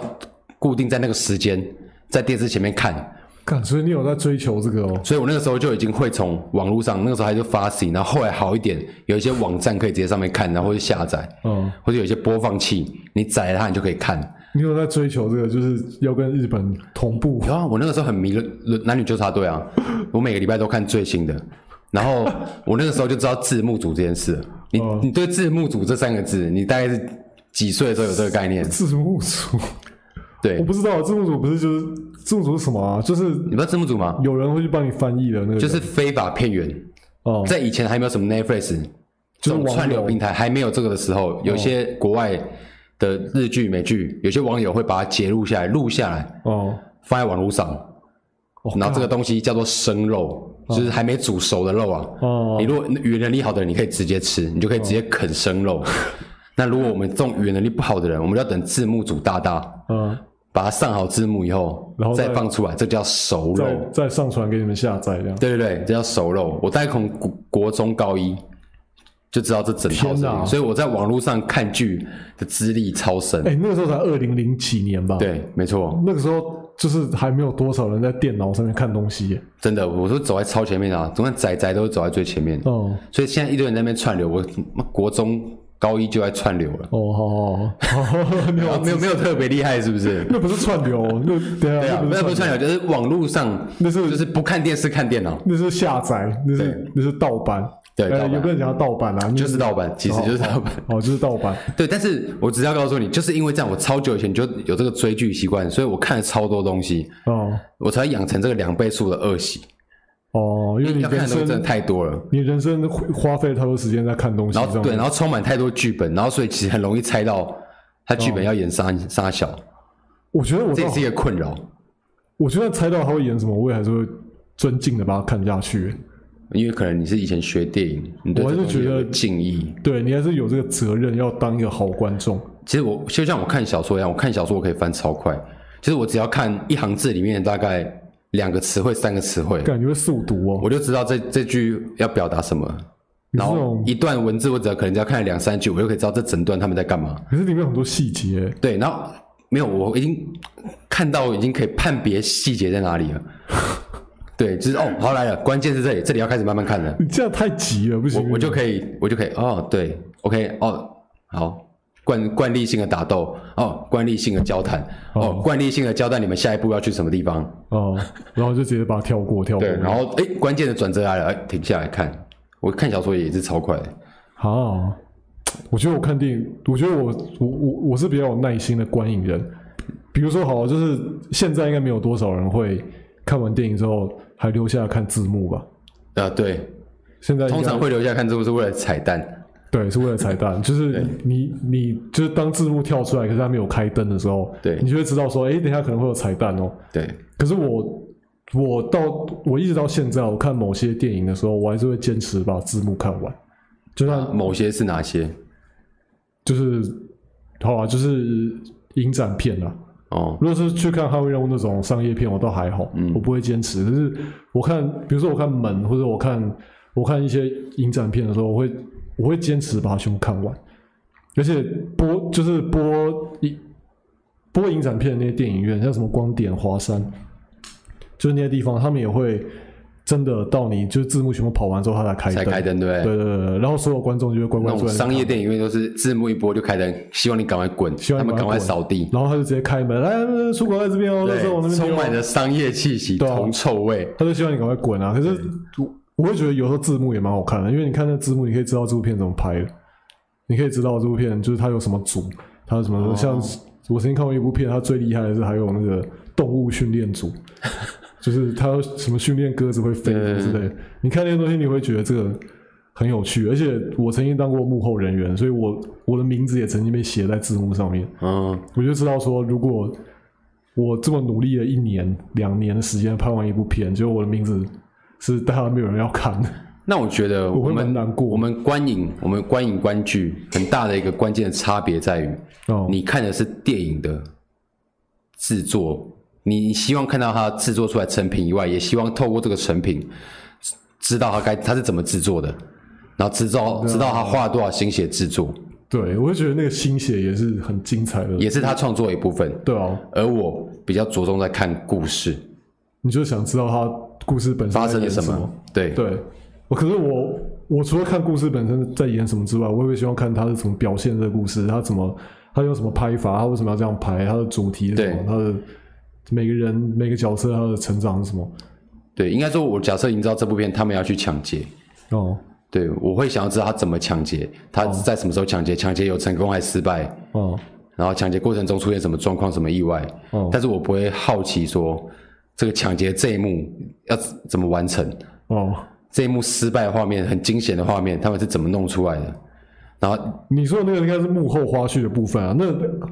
固定在那个时间在电视前面看。干，所以你有在追求这个哦，所以我那个时候就已经会从网络上，那个时候还是发 C，然后后来好一点，有一些网站可以直接上面看，然后就下载，嗯，或者有一些播放器，你载了它你就可以看。你有在追求这个，就是要跟日本同步，有啊，我那个时候很迷《男女纠察队》啊，我每个礼拜都看最新的。然后我那个时候就知道字幕组这件事了。你、哦你对字幕组这三个字，你大概是几岁的时候有这个概念？字幕组，对，我你不知道字幕组不是就是字幕组是什么啊？就是不知道字幕组吗？有人会去帮你翻译的那个人，就是非法片源，哦，在以前还没有什么 Netflix 这种网友哦串流平台还没有这个的时候，有些国外的日剧、美剧，有些网友会把它截录下来，录下来哦，放在网络上。哦然后这个东西叫做生肉，就是还没煮熟的肉啊。哦你如果语言能力好的人，你可以直接吃，你就可以直接啃生 肉。那如果我们这种语言能力不好的人，我们就要等字幕组大大嗯，把它上好字幕以后，然后再再放出来，这叫熟肉。再再上传给你们下载这样。对对对，这叫熟肉。我大概从国国中高一就知道这整套天事哪情，所以我在网络上看剧的资历超深。哎，那个时候才二零零几年吧？，对，没错，那个时候就是还没有多少人在电脑上面看东西耶。真的，我都走在超前面啊，总共仔仔都是走在最前面。哦所以现在一堆人在那边串流，我妈国中高一就在串流了，哦，好好好好， 没然有？后没有没有特别厉害，是不是那不是串流，那对对啊，啊，那那不不是串是串流，就流，是网络上，那是就是不看电视看电脑，那是下载，那对是那是盗版。对哎盗版有个人讲盗版啊，那就是盗版，其实就是盗版。哦，就是盗版。对，但是我只要告诉你，就是因为这样，我超久以前就有这个追剧习惯，所以我看了超多东西，哦我才养成这个两倍速的恶习。哦，因为你嗯要看人的东西真的生太多了。你人生会花费太多时间在看东西然上后面，对，然后充满太多剧本，然后所以其实很容易猜到他剧哦本要演杀杀小，我觉得我这倒也是一个困扰，我就算猜到他会演什么，我也还是会尊敬的把他看下去。因为可能你是以前学电影，你对我还这是东西觉得有敬意。对你还是有这个责任要当一个好观众。其实我就像我看小说一样，我看小说我可以翻超快，就是我只要看一行字里面大概两个词汇、三个词汇，感觉会速读哦，我就知道这这句要表达什么。你然这后种一段文字，我只要可能只要看两三句，我就可以知道这整段他们在干嘛。可是里面有很多细节，对，然后没有，我已经看到已经可以判别细节在哪里了。对，就是哦，好来了，关键是这里，这里要开始慢慢看了。你这样太急了，不我行。我就可以，我就可以哦，对，OK，哦，好，惯惯例性的打斗，哦，惯例性的交谈，哦，惯例性的交代你们下一步要去什么地方。哦，然后就直接把它跳过，跳过。对，然后哎，关键的转折来了，哎，停下来看。我看小说也是超快的，啊，我觉得我看电影，我觉得我我我我是比较有耐心的观影人。比如说，好，就是现在应该没有多少人会看完电影之后还留下来看字幕吧？啊，对，现在应该通常会留下来看，这不是为了彩蛋，对，是为了彩 蛋，就是你你就是当字幕跳出来，可是它没有开灯的时候，对你就会知道说，哎，等一下可能会有彩蛋哦。对，可是我我到我一直到现在，我看某些电影的时候，我还是会坚持把字幕看完，就算某些是哪些？就是好啊，就是影展片啊。哦，如果是去看《捍卫任务》那种商业片，我倒还好，嗯我不会坚持。但是我看，比如说我看《门》，或者我看我看一些影展片的时候，我会我会坚持把它全部看完。而且播就是播影播影展片的那些电影院，像什么光点、华山，就是那些地方，他们也会真的到你就是字幕全部跑完之后，他才开才灯。开灯，对不对？对对对对，然后所有观众就会乖乖那种坐在商看业电影院都是字幕一播就开灯，希望你赶快滚，希望他你们赶赶快快滚扫地。然后他就直接开门，来，出国在这边哦，垃圾往那边丢充哦满着商业气息，对啊铜臭味。他就希望你赶快滚啊！可是我我会觉得有时候字幕也蛮好看的，因为你看那字幕，你可以知道这部片怎么拍的，你可以知道这部片就是它有什么组，它有什么、哦像我曾经看过一部片，它最厉害的是还有那个动物训 练组，就是它有什么训练鸽子会飞什么之类的。你看那些东西，你会觉得这个很有趣，而且我曾经当过幕后人员，所以我我的名字也曾经被写在字幕上面。嗯，我就知道说，如果我这么努力了一年、两年的时间拍完一部片，结果我的名字是大家没有人要看的，那我觉得我我会蛮们难过。我们观影，我们观影观剧很大的一个关键的差别在于，哦，你看的是电影的制作，你希望看到它制作出来成品以外，也希望透过这个成品知道它该它是怎么制作的，然后知道啊知道他花了多少心血制作，对我就觉得那个心血也是很精彩的，也是他创作的一部分。对啊，而我比较着重在看故事你就想知道它故事本身发嗯在生了演什什么，对，对，我可是我我除了看故事本身在演什么之外，我也会希望看他是怎么表现这个故事，他怎么他用什么拍法，他为什么要这样拍，他的主题是什么对，他的每个人每个角色他的成长是什么。对，应该说，我假设你知道这部片他们要去抢劫，哦对我会想要知道他怎么抢劫，他在什么时候抢劫，抢劫有成功还失败，哦然后抢劫过程中出现什么状况、什么意外，哦，但是我不会好奇说这个抢劫这一幕要怎么完成，哦，这一幕失败的画面、很惊险的画面，他们是怎么弄出来的？然后你说的那个应该是幕后花絮的部分啊，那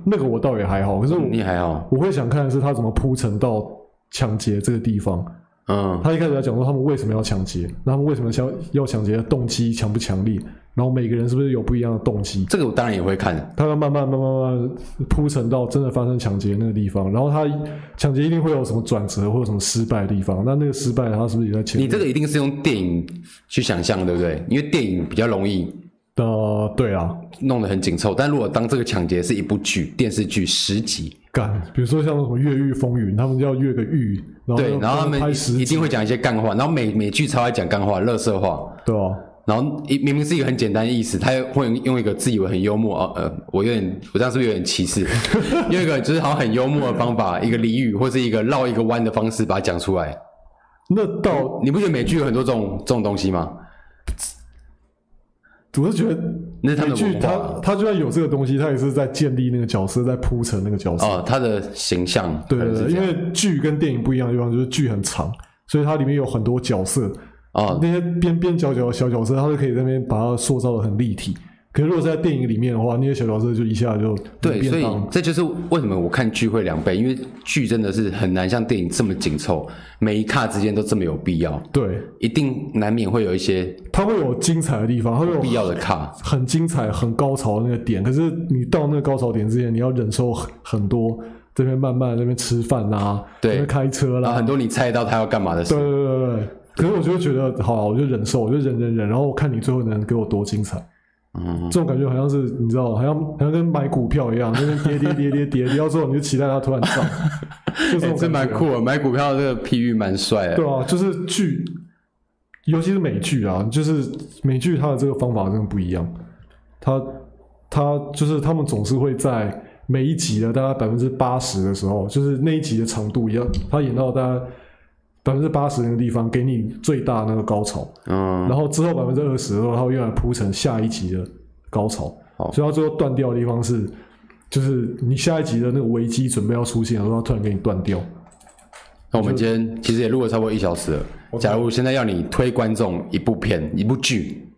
那个我倒也还好，可是我、你还好，我会想看的是他怎么铺陈到抢劫这个地方。嗯，他一开始在讲说他们为什么要抢劫，然后他们为什么想要抢劫的动机强不强烈，然后每个人是不是有不一样的动机。这个我当然也会看，他要慢慢慢慢慢慢铺陈到真的发生抢劫那个地方，然后他抢劫一定会有什么转折，或者什么失败的地方。那那个失败，他是不是也在前你面？这个一定是用电影去想象，对不对？因为电影比较容易呃，对啊，弄得很紧凑，但如果当这个抢劫是一部剧、电视剧十集，干，比如说像什么《越狱风云》，他们要越个狱，然后对，要然后他们哦拍十一一集定会讲一些干话，然后每每句超爱讲干话、乐色话，对啊吧、然后一明明是一个很简单的意思，他会用一个自以为很幽默哦，呃，我有点，我这样是不是有点歧视？ 用一个就是好像很幽默的方法，一个俚语或是一个绕一个弯的方式把它讲出来，那到你不觉得美剧有很多这种这种东西吗？我是觉得那是他们美的剧文化啊他他就算有这个东西，他也是在建立那个角色，在铺陈那个角色。哦，他的形象对可对能是对，这因样为剧跟电影不一样的地方就是剧很长，所以它里面有很多角色，啊，那些边边角角的小角色，它都可以在那边把它塑造的很立体。可是如果在电影里面的话，那些小角色就一下就对，所变以当这就是为什么我看剧会两倍，因为剧真的是很难像电影这么紧凑，每一卡之间都这么有必要，对，一定难免会有一些它会有精彩的地方，它会有必要的卡。很精彩、很高潮的那个点，可是你到那个高潮点之前，你要忍受很很多这边慢慢这边吃饭啦，对这边开车然后啦，很多你猜到他要干嘛的事对，对对对对。可是我就会觉得，好啊，我就忍受，我就忍忍忍，然后我看你最后能给我多精彩。嗯，这种感觉好像是你知道，好像好像跟买股票一样，那边跌跌跌跌跌，跌到最后你就期待它突然涨，就这哎种感觉。这蛮酷的，买股票这个譬喻蛮帅的对。啊，就是剧，尤其是美剧啊，就是美剧它的这个方法真的不一样。它它就是他们总是会在每一集的大概百分之八十的时候，就是那一集的长度一样，它演到大概百分之八十那个地方，给你最大那个高潮，嗯，然后之后百分之二十的时候，它会用来铺成下一集的高潮好。所以它最后断掉的地方是，就是你下一集的那个危机准备要出现的时候，它突然给你断掉。那我们今天其实也录了差不多一小时了。假如现在要你推观众一部片、一部剧，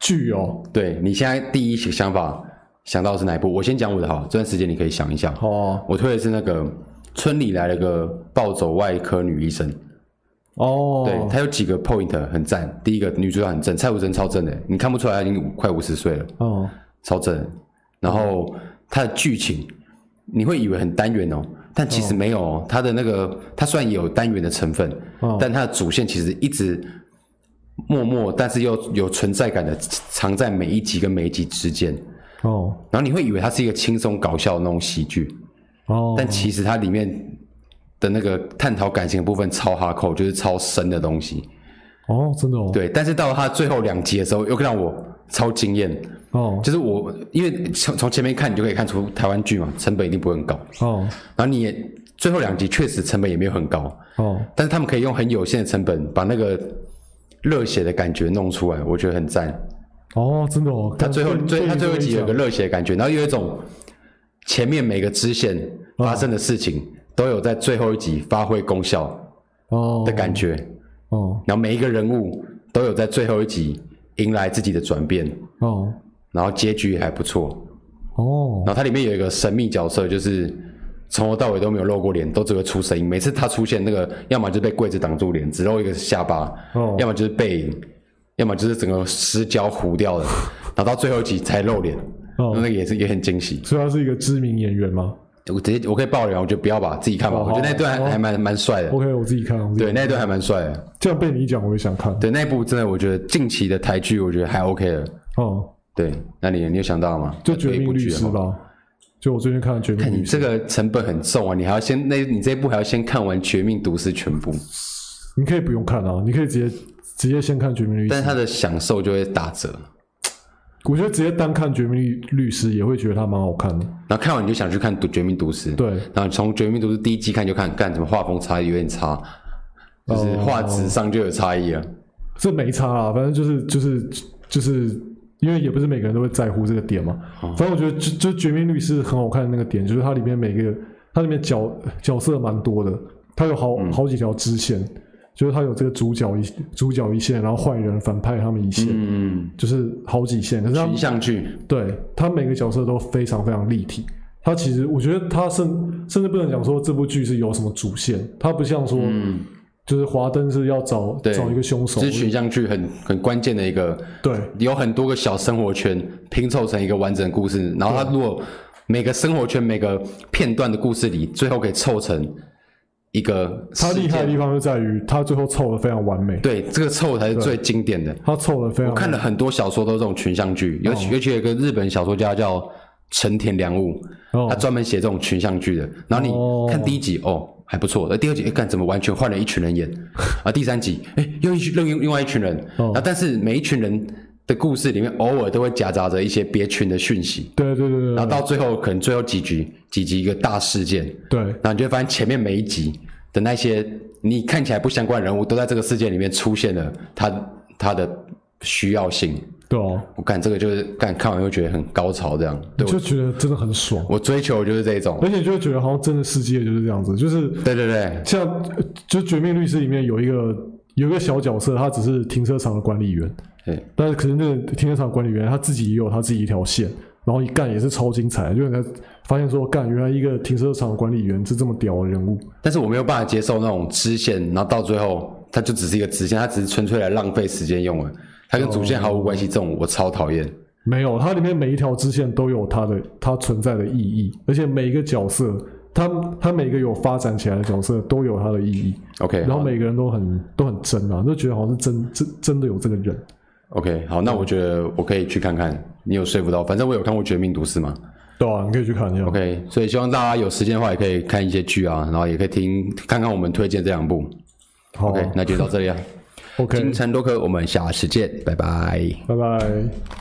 剧哦，对你现在第一想法想到的是哪一部？我先讲我的好，这段时间你可以想一下。好啊、我推的是那个村里来了个暴走外科女医生，哦，对她有几个 point 很赞。第一个女主角很正，蔡武真超正的，你看不出来她已经快五十岁了，哦，超正的。然后它的剧情你会以为很单元哦，但其实没有、哦，它的那个它虽然也有单元的成分，哦但它的主线其实一直。默默，但是又有存在感的，藏在每一集跟每一集之间。哦，然后你会以为它是一个轻松搞笑的那种喜剧，哦，但其实它里面的那个探讨感情的部分超哈扣，就是超深的东西。哦，真的哦，，对，但是到了它最后两集的时候，又让我超惊艳。哦，就是我，因为从从前面看，你就可以看出台湾剧嘛，成本一定不会很高。哦，然后你也最后两集确实成本也没有很高，哦，但是他们可以用很有限的成本把那个热血的感觉弄出来，我觉得很赞。哦，真的哦，他最后被最他最后一集有个，被热血的感觉，然后有一种前面每个支线发生的事情都有在最后一集发挥功效你哦的感觉，哦，然后每一个人物都有在最后一集迎来自己的转变，哦，然后结局也还不错。哦，然后它里面有一个神秘角色，就是从头到尾都没有露过脸，都只会出声音。每次他出现，那个要么就是被柜子挡住脸，只露一个下巴，哦要么就是背影，要么就是整个失焦糊掉了，然后到最后一集才露脸。哦那个也是也很惊喜，所以他是一个知名演员嘛我直接我可以爆料，我觉得不要吧，自己看吧。哦我觉得那段好还还蛮蛮帅的， ？OK，我自己看，我自己对，那一段还蛮帅的。这样被你一讲，我也想看。对，那一部真的我觉得近期的台剧，我觉得还 OK 了。哦，对，那你你有想到吗？就《再推绝一部命律剧师好》不好。吧，就我最近看的《绝看命你律师这个成本很重啊，你还要先那，你这一部还要先看完《绝命毒师》全部，》，你可以不用看啊，你可以直接直接先看《绝命律师但》。是它的享受就会打折。我觉得直接单看《绝命律律师》也会觉得他蛮好看的。然后看完你就想去看《毒绝命毒师》，对，然后从《绝命毒师》第一季看就看，干什么画风差异有点差，就是哦画质上就有差异了。这没差啦，反正就是就是就是因为也不是每个人都会在乎这个点嘛。哦反正我觉得就就《绝命律师》很好看的那个点，就是它里面每个它里面角角色蛮多的，它有嗯好好几条支线，就是它有这个主角一主角一线，然后坏人反派他们一线，嗯，就是好几线。可是它群像剧，对他每个角色都非常非常立体。他其实我觉得他甚甚至不能讲说这部剧是有什么主线，它不像说嗯，就是华灯是要找对找一个凶手这，是群像剧很很关键的一个，对。有很多个小生活圈拼凑成一个完整的故事，然后它如果每个生活圈每个片段的故事里，最后可以凑成一个他事厉害的件地方就在于他最后凑的非常完美，对，这个凑才是最经典的。他凑的非常我看了很多小说都是这种群像剧，尤其、尤其有一个日本小说家叫成田良悟，哦他专门写这种群像剧的。然后哦你看第一集哦还不错，那第二集哎看怎么完全换了一群人演， 啊第三集哎又一群另另外一群人，哦然后但是每一群人的故事里面偶尔都会夹杂着一些别群的讯息，对对对然对后到最后可能最后几局几集一个大事件，对然后你就会发现前面每一集的那些你看起来不相关的人物，都在这个事件里面出现了他他的需要性。对对啊，我干这个就是干看完又觉得很高潮这样。对，就我觉得真的很爽，我追求的就是这种。而且就会觉得好像真的世界就是这样子，就是对对对，像呃就《绝命律师》里面有一个有一个小角色，他只是停车场的管理员，对但是可是那个停车场管理员他自己也有他自己一条线，然后一干也是超精彩的，就是你才发现说干原来一个停车场管理员是这么屌的人物，但是我没有办法接受那种支线，然后到最后它就只是一个支线，它只是纯粹来浪费时间用了，它跟主线毫无关系。这种我超讨厌。没有，它里面每一条支线都有它的它存在的意义，而且每一个角色，它它每个有发展起来的角色都有它的意义， OK，然后好每个人都很都很真啊，就觉得好像是真真真的有这个人。 OK，好，那我觉得我可以去看看。你有说服到，反正我有看过《绝命毒师》嘛。对啊，你可以去看一下。 OK，所以希望大家有时间的话，也可以看一些剧啊，然后也可以听看看我们推荐这两部。好啊 OK，那就到这里了。啊 ，OK，金城多科，我们下次见，拜拜。拜拜。